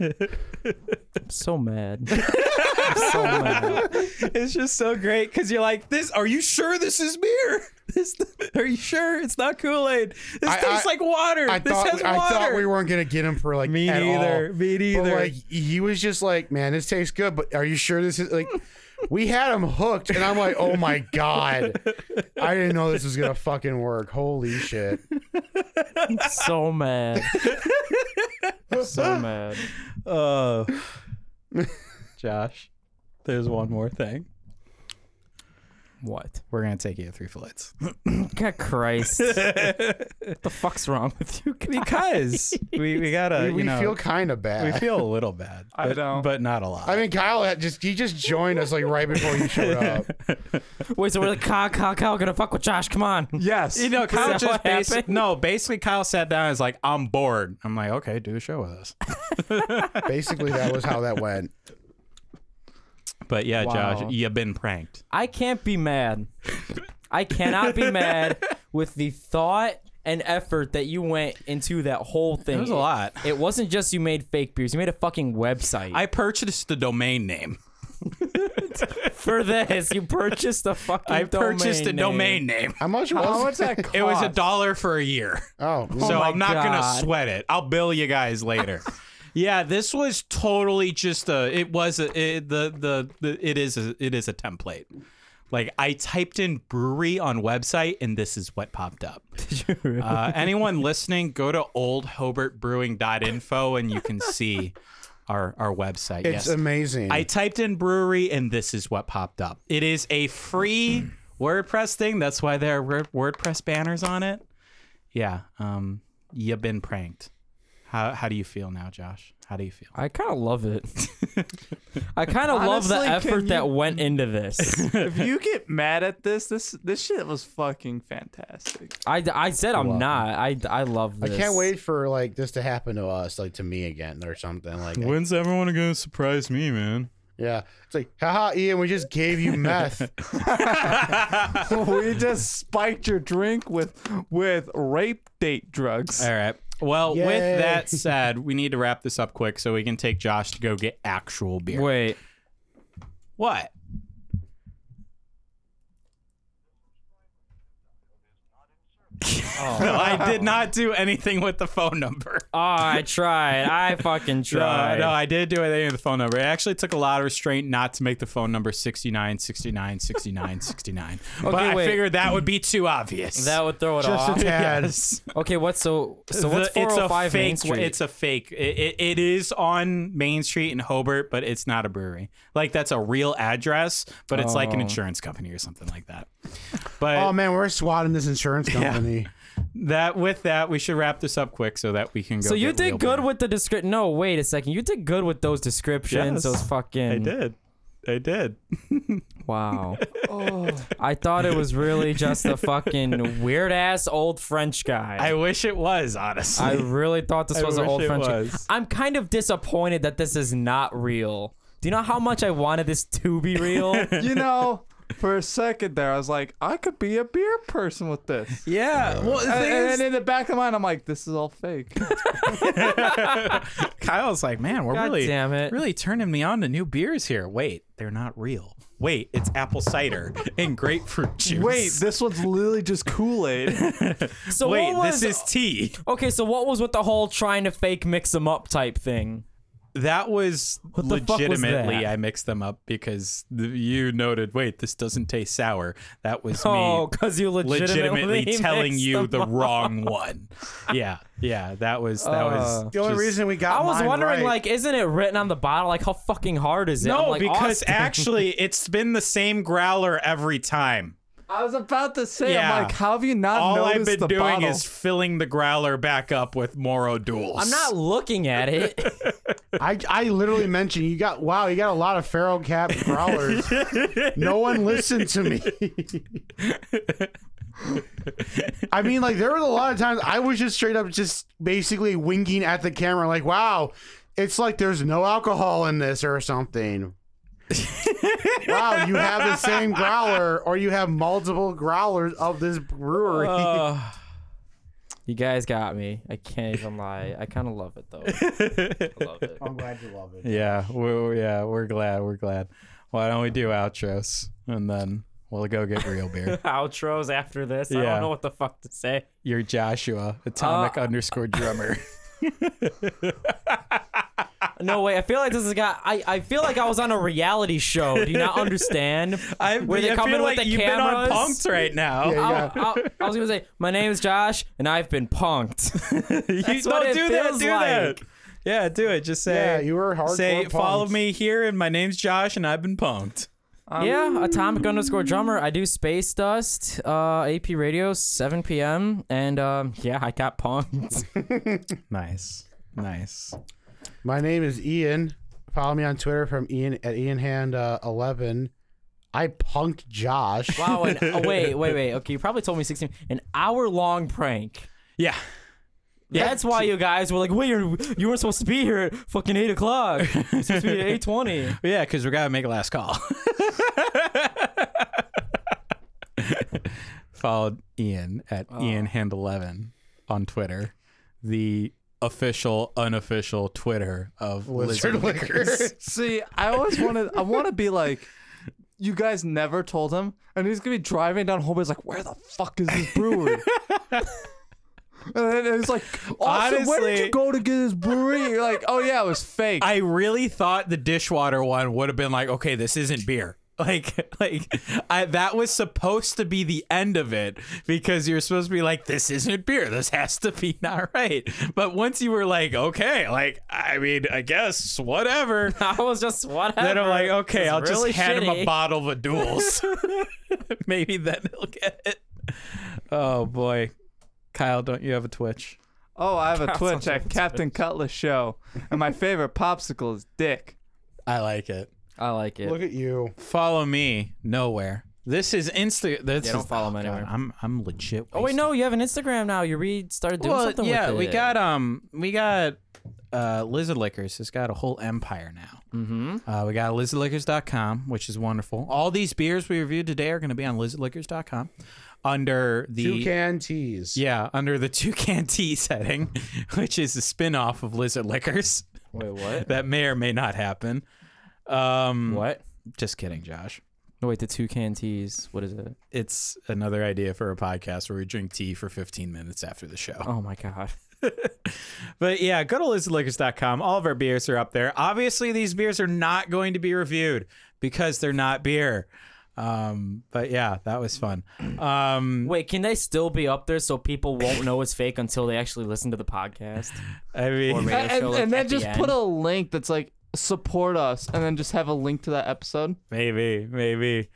I'm so mad. I'm so mad.
It's just so great because you're like, this. Are you sure this is beer? This. Are you sure it's not Kool Aid? This
I-
tastes
I-
like water.
I
this
thought
has water.
I thought we weren't gonna get him for like
Me
at
neither.
all.
Me
But,
neither.
like he was just like, man, this tastes good, but are you sure this is like? We had him hooked, and I'm like, oh my god, I didn't know this was gonna fucking work. Holy shit!
so mad.
so mad.
Oh, Josh, there's one more thing.
What?
We're gonna take you to three flights
God Christ. what the fuck's wrong with you? guys?
because we we gotta
we
you know
feel kind of
we
bad.
feel a little bad.
I
but-
don't.
but not a lot.
I mean, Kyle had just he just joined us like right before you showed up.
Wait, so we're like, Kyle, Kyle, Kyle, gonna fuck with Josh? Come on.
Yes.
you know, Kyle
that
just
what
basi-
happened?
no. Basically, Kyle sat down and was like, "I'm bored." I'm like, "Okay, do a show with us."
Basically, that was how that went.
But yeah, Josh,
Wow.
you've been pranked.
I can't be mad. I cannot be mad with the thought and effort that you went into that whole thing.
was a lot.
It, wasn't just you made fake beers. You made a fucking website.
I purchased the domain name.
For this, you purchased a fucking
I purchased a
name.
domain name.
How much was it?
that cost?
It was a dollar for a year.
Oh,
so
my
I'm not gonna
God.
sweat it. I'll bill you guys later. yeah, this was totally just a. It was a it, the, the the it is a, it is a template. Like I typed in brewery on website and this is what popped up. uh, anyone listening, go to oldhobartbrewing.info and you can see our our website.
it's
yes.
amazing.
I typed in brewery and this is what popped up. It is a free WordPress thing. That's why there are Word- WordPress banners on it. Yeah. Um, you've been pranked. How, how do you feel now, Josh? How do you feel?
I kind of love it. I kind of love the
Honestly, can
effort
you-
that went into this.
if you get mad at this, this this shit was fucking fantastic.
I, I said I'm not. I, I love
I
this.
can't wait for like this to happen to us, like to me again or something. Like, I-
When's everyone gonna surprise me, man?
yeah, it's like, haha, Ian, we just gave you meth.
we just spiked your drink with with rape date drugs.
All right. Well,
Yay.
with that said, we need to wrap this up quick so we can take Josh to go get actual beer.
Wait.
What? no, I did not do anything with the phone number.
Oh, I tried. I fucking
No,
tried.
no, I did do anything with the phone number. It actually took a lot of restraint not to make the phone number 69, 69, 69, 69. but I
wait.
figured that would be too obvious.
that would throw it off.
tad.
Yes.
okay, what's so so what's
The- it's a
405
fake,
Main Street?
It's a fake. It, it, it is on Main Street in Hobart, but it's not a brewery. Like that's a real address, but it's
Oh.
like an insurance company or something like that. But
Oh
Um,
man, we're swatting this insurance company.
that with that, we should wrap this up quick so that we can go.
So you
get real
did good
beer.
with the description. No, wait a second. You did good with those descriptions.
Yes,
those fucking.
I did. I did.
Wow.
Oh.
I thought it was really just a fucking weird ass old French guy.
I wish it was honestly.
I really thought this
I
was an
wish
old
it
French guy.
was.
I'm kind of disappointed that this is not real. Do you know how much I wanted this to be real?
You know, for a second there, I was like, I could be a beer person with this.
yeah. Well, the
And,
thing
and
is-
then in the back of my mind, I'm like, this is all fake.
Kyle's like, man, we're
God
really,
damn it.
really turning me on to new beers here. Wait, they're not real. Wait, it's apple cider and grapefruit juice.
Wait, this one's literally just Kool Aid.
So
wait,
what was,
this is tea.
okay. So what was with the whole trying to fake mix them up type thing?
that was
What the fuck was
legitimately
that?
I mixed them up because the, you noted, wait, this doesn't taste sour. That was
Oh,
me
because you legitimately,
legitimately telling
mixed
you
them
the
up. Oh,
wrong one. Yeah, yeah, that was that was
The only
just-
reason we got
I was
mine
wondering,
right-
like, isn't it written on the bottle? Like, how fucking hard is it?
No,
I'm like,
because
Austin.
actually it's been the same growler every time.
I was about to say,
Yeah.
I'm like, how have you not
All
noticed
I've been
the
doing
bottle?
is filling the growler back up with Moro duels.
I'm not looking at it.
I, I literally mentioned you got wow you got a lot of feral cat growlers. no one listened to me. I mean, like there was a lot of times I was just straight up just basically winking at the camera, like wow, it's like there's no alcohol in this or something. wow, you have the same growler, or you have multiple growlers of this brewery.
Uh,
Ugh. you guys got me. I can't even lie. I kind of love it though. I love it.
I'm glad you love it.
Yeah, we're, yeah, we're glad. We're glad. Why don't we do outros and then we'll go get real beer.
Outros after this. I
Yeah.
don't know what the fuck to say.
You're Joshua, atomic
Uh,
underscore drummer.
No way. I feel like this has got. I, I feel like I was on a reality show. Do you not understand?
I,
Where they
I
come
feel
in with
like
the
you've
cameras.
been on punked right now.
Yeah,
I, I, I was gonna say my name is Josh and I've been punked.
You-
That's
no,
what it
do that.
feels
Do that.
like.
Yeah, do it. Just say.
Yeah, you were hardcore
Say, follow
punks."
me here, and my name's Josh, and I've been punked. um,
yeah, atomic underscore drummer. I do space dust. Uh, AP radio 7 p.m. and um, yeah, I got punked.
Nice, nice.
My name is Ian. Follow me on Twitter from Ian at IanHand uh, eleven. I punked Josh.
Wow. And, oh, wait, wait, wait. Okay, you probably told me 16. An hour long prank.
Yeah,
That's why you guys were like, wait, you're, you weren't supposed to be here at fucking 8 o'clock. You're supposed to be at 8.20.
yeah. Because we gotta make a last call. Followed Ian at Ian Hand Eleven on Twitter, the official, unofficial Twitter of Lizard,
Lizard
Lickers.
liquors.
See, I always wanted. I want to be like. You guys never told him, and he's gonna be driving down home. He's like, "Where the fuck is this brewery?" and then it's like, Austin, where did
Honestly-
you go to get this brewery?" You're like, "Oh yeah, it was fake."
I really thought the dishwater one would have been like, okay, this isn't beer. Like, like I, that was supposed to be the end of it because you're supposed to be like, this isn't beer. This has to be not right. But once you were like, okay, like, I mean, I guess whatever.
I was just, whatever.
Then I'm like,
This
okay,
is
I'll
really
just hand him a
shitty.
bottle of duels. Maybe then he'll get it. Oh boy, Kyle, don't you have a Twitch?
Oh, I have a Twitch at Captain Cutlass Show, and my favorite popsicle is dick.
I like it.
I like it.
Look at you.
Follow me nowhere. This is Insta. This
Yeah, don't
is- oh,
follow him
God,
anywhere.
I'm I'm legit.
Oh wait,
wasted.
no, you have an Instagram now. You re started doing
Well,
something
yeah,
with it.
we got um, we got uh, Lizard Liquors has got a whole empire now. Mm-hmm. Uh, we got lizardliquors.com, which is wonderful. All these beers we reviewed today are going to be on lizardliquors.com under the
Toucan teas.
yeah under the toucan tea setting, which is a spin off of Lizard Liquors
Wait, what? Mm.
that may or may not happen. Um,
What?
Just kidding, Josh.
No, wait, the two can teas. What is it?
It's another idea for a podcast where we drink tea for 15 minutes after the show.
Oh my god.
But yeah, go to lizardliquors.com. All of our beers are up there. Obviously, these beers are not going to be reviewed because they're not beer. Um, but yeah, that was fun. Um,
Wait, can they still be up there so people won't know it's fake until they actually listen to the podcast?
I
Or
mean,
radio
And,
show,
and,
like,
then
at the
just put
end?
a link that's like support us, and then just have a link to that episode.
maybe, maybe.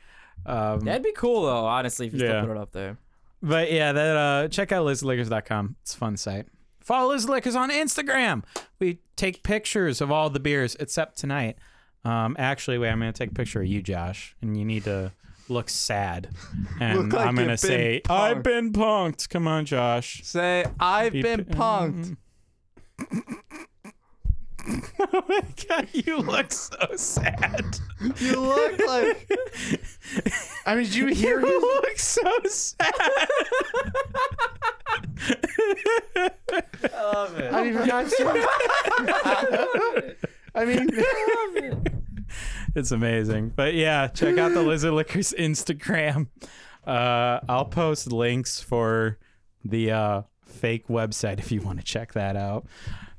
Um,
That'd be cool though, honestly, if you
Yeah.
still put it up there.
But yeah, that uh check out lizardlickers.com. It's a fun site. Follow Lizardlickers on Instagram. We take pictures of all the beers except tonight. Um actually wait, I'm gonna take a picture of you, Josh, and you need to look sad. And
Look like
I'm gonna
you've been
say,
punked.
I've been punked. Come on, Josh.
Say, I've
Be-
been punked.
oh my god, you look so sad.
Mm-hmm.
You look like
I mean, did you hear his,
You look so sad.
I mean, for God's sake. I mean,
It's amazing. But yeah, check out the Lizard Liquors Instagram. Uh, I'll post links for the uh, fake website if you want to check that out.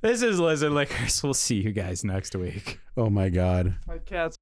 This is Lizard Lickers. We'll see you guys next week.
Oh my god.
My cat's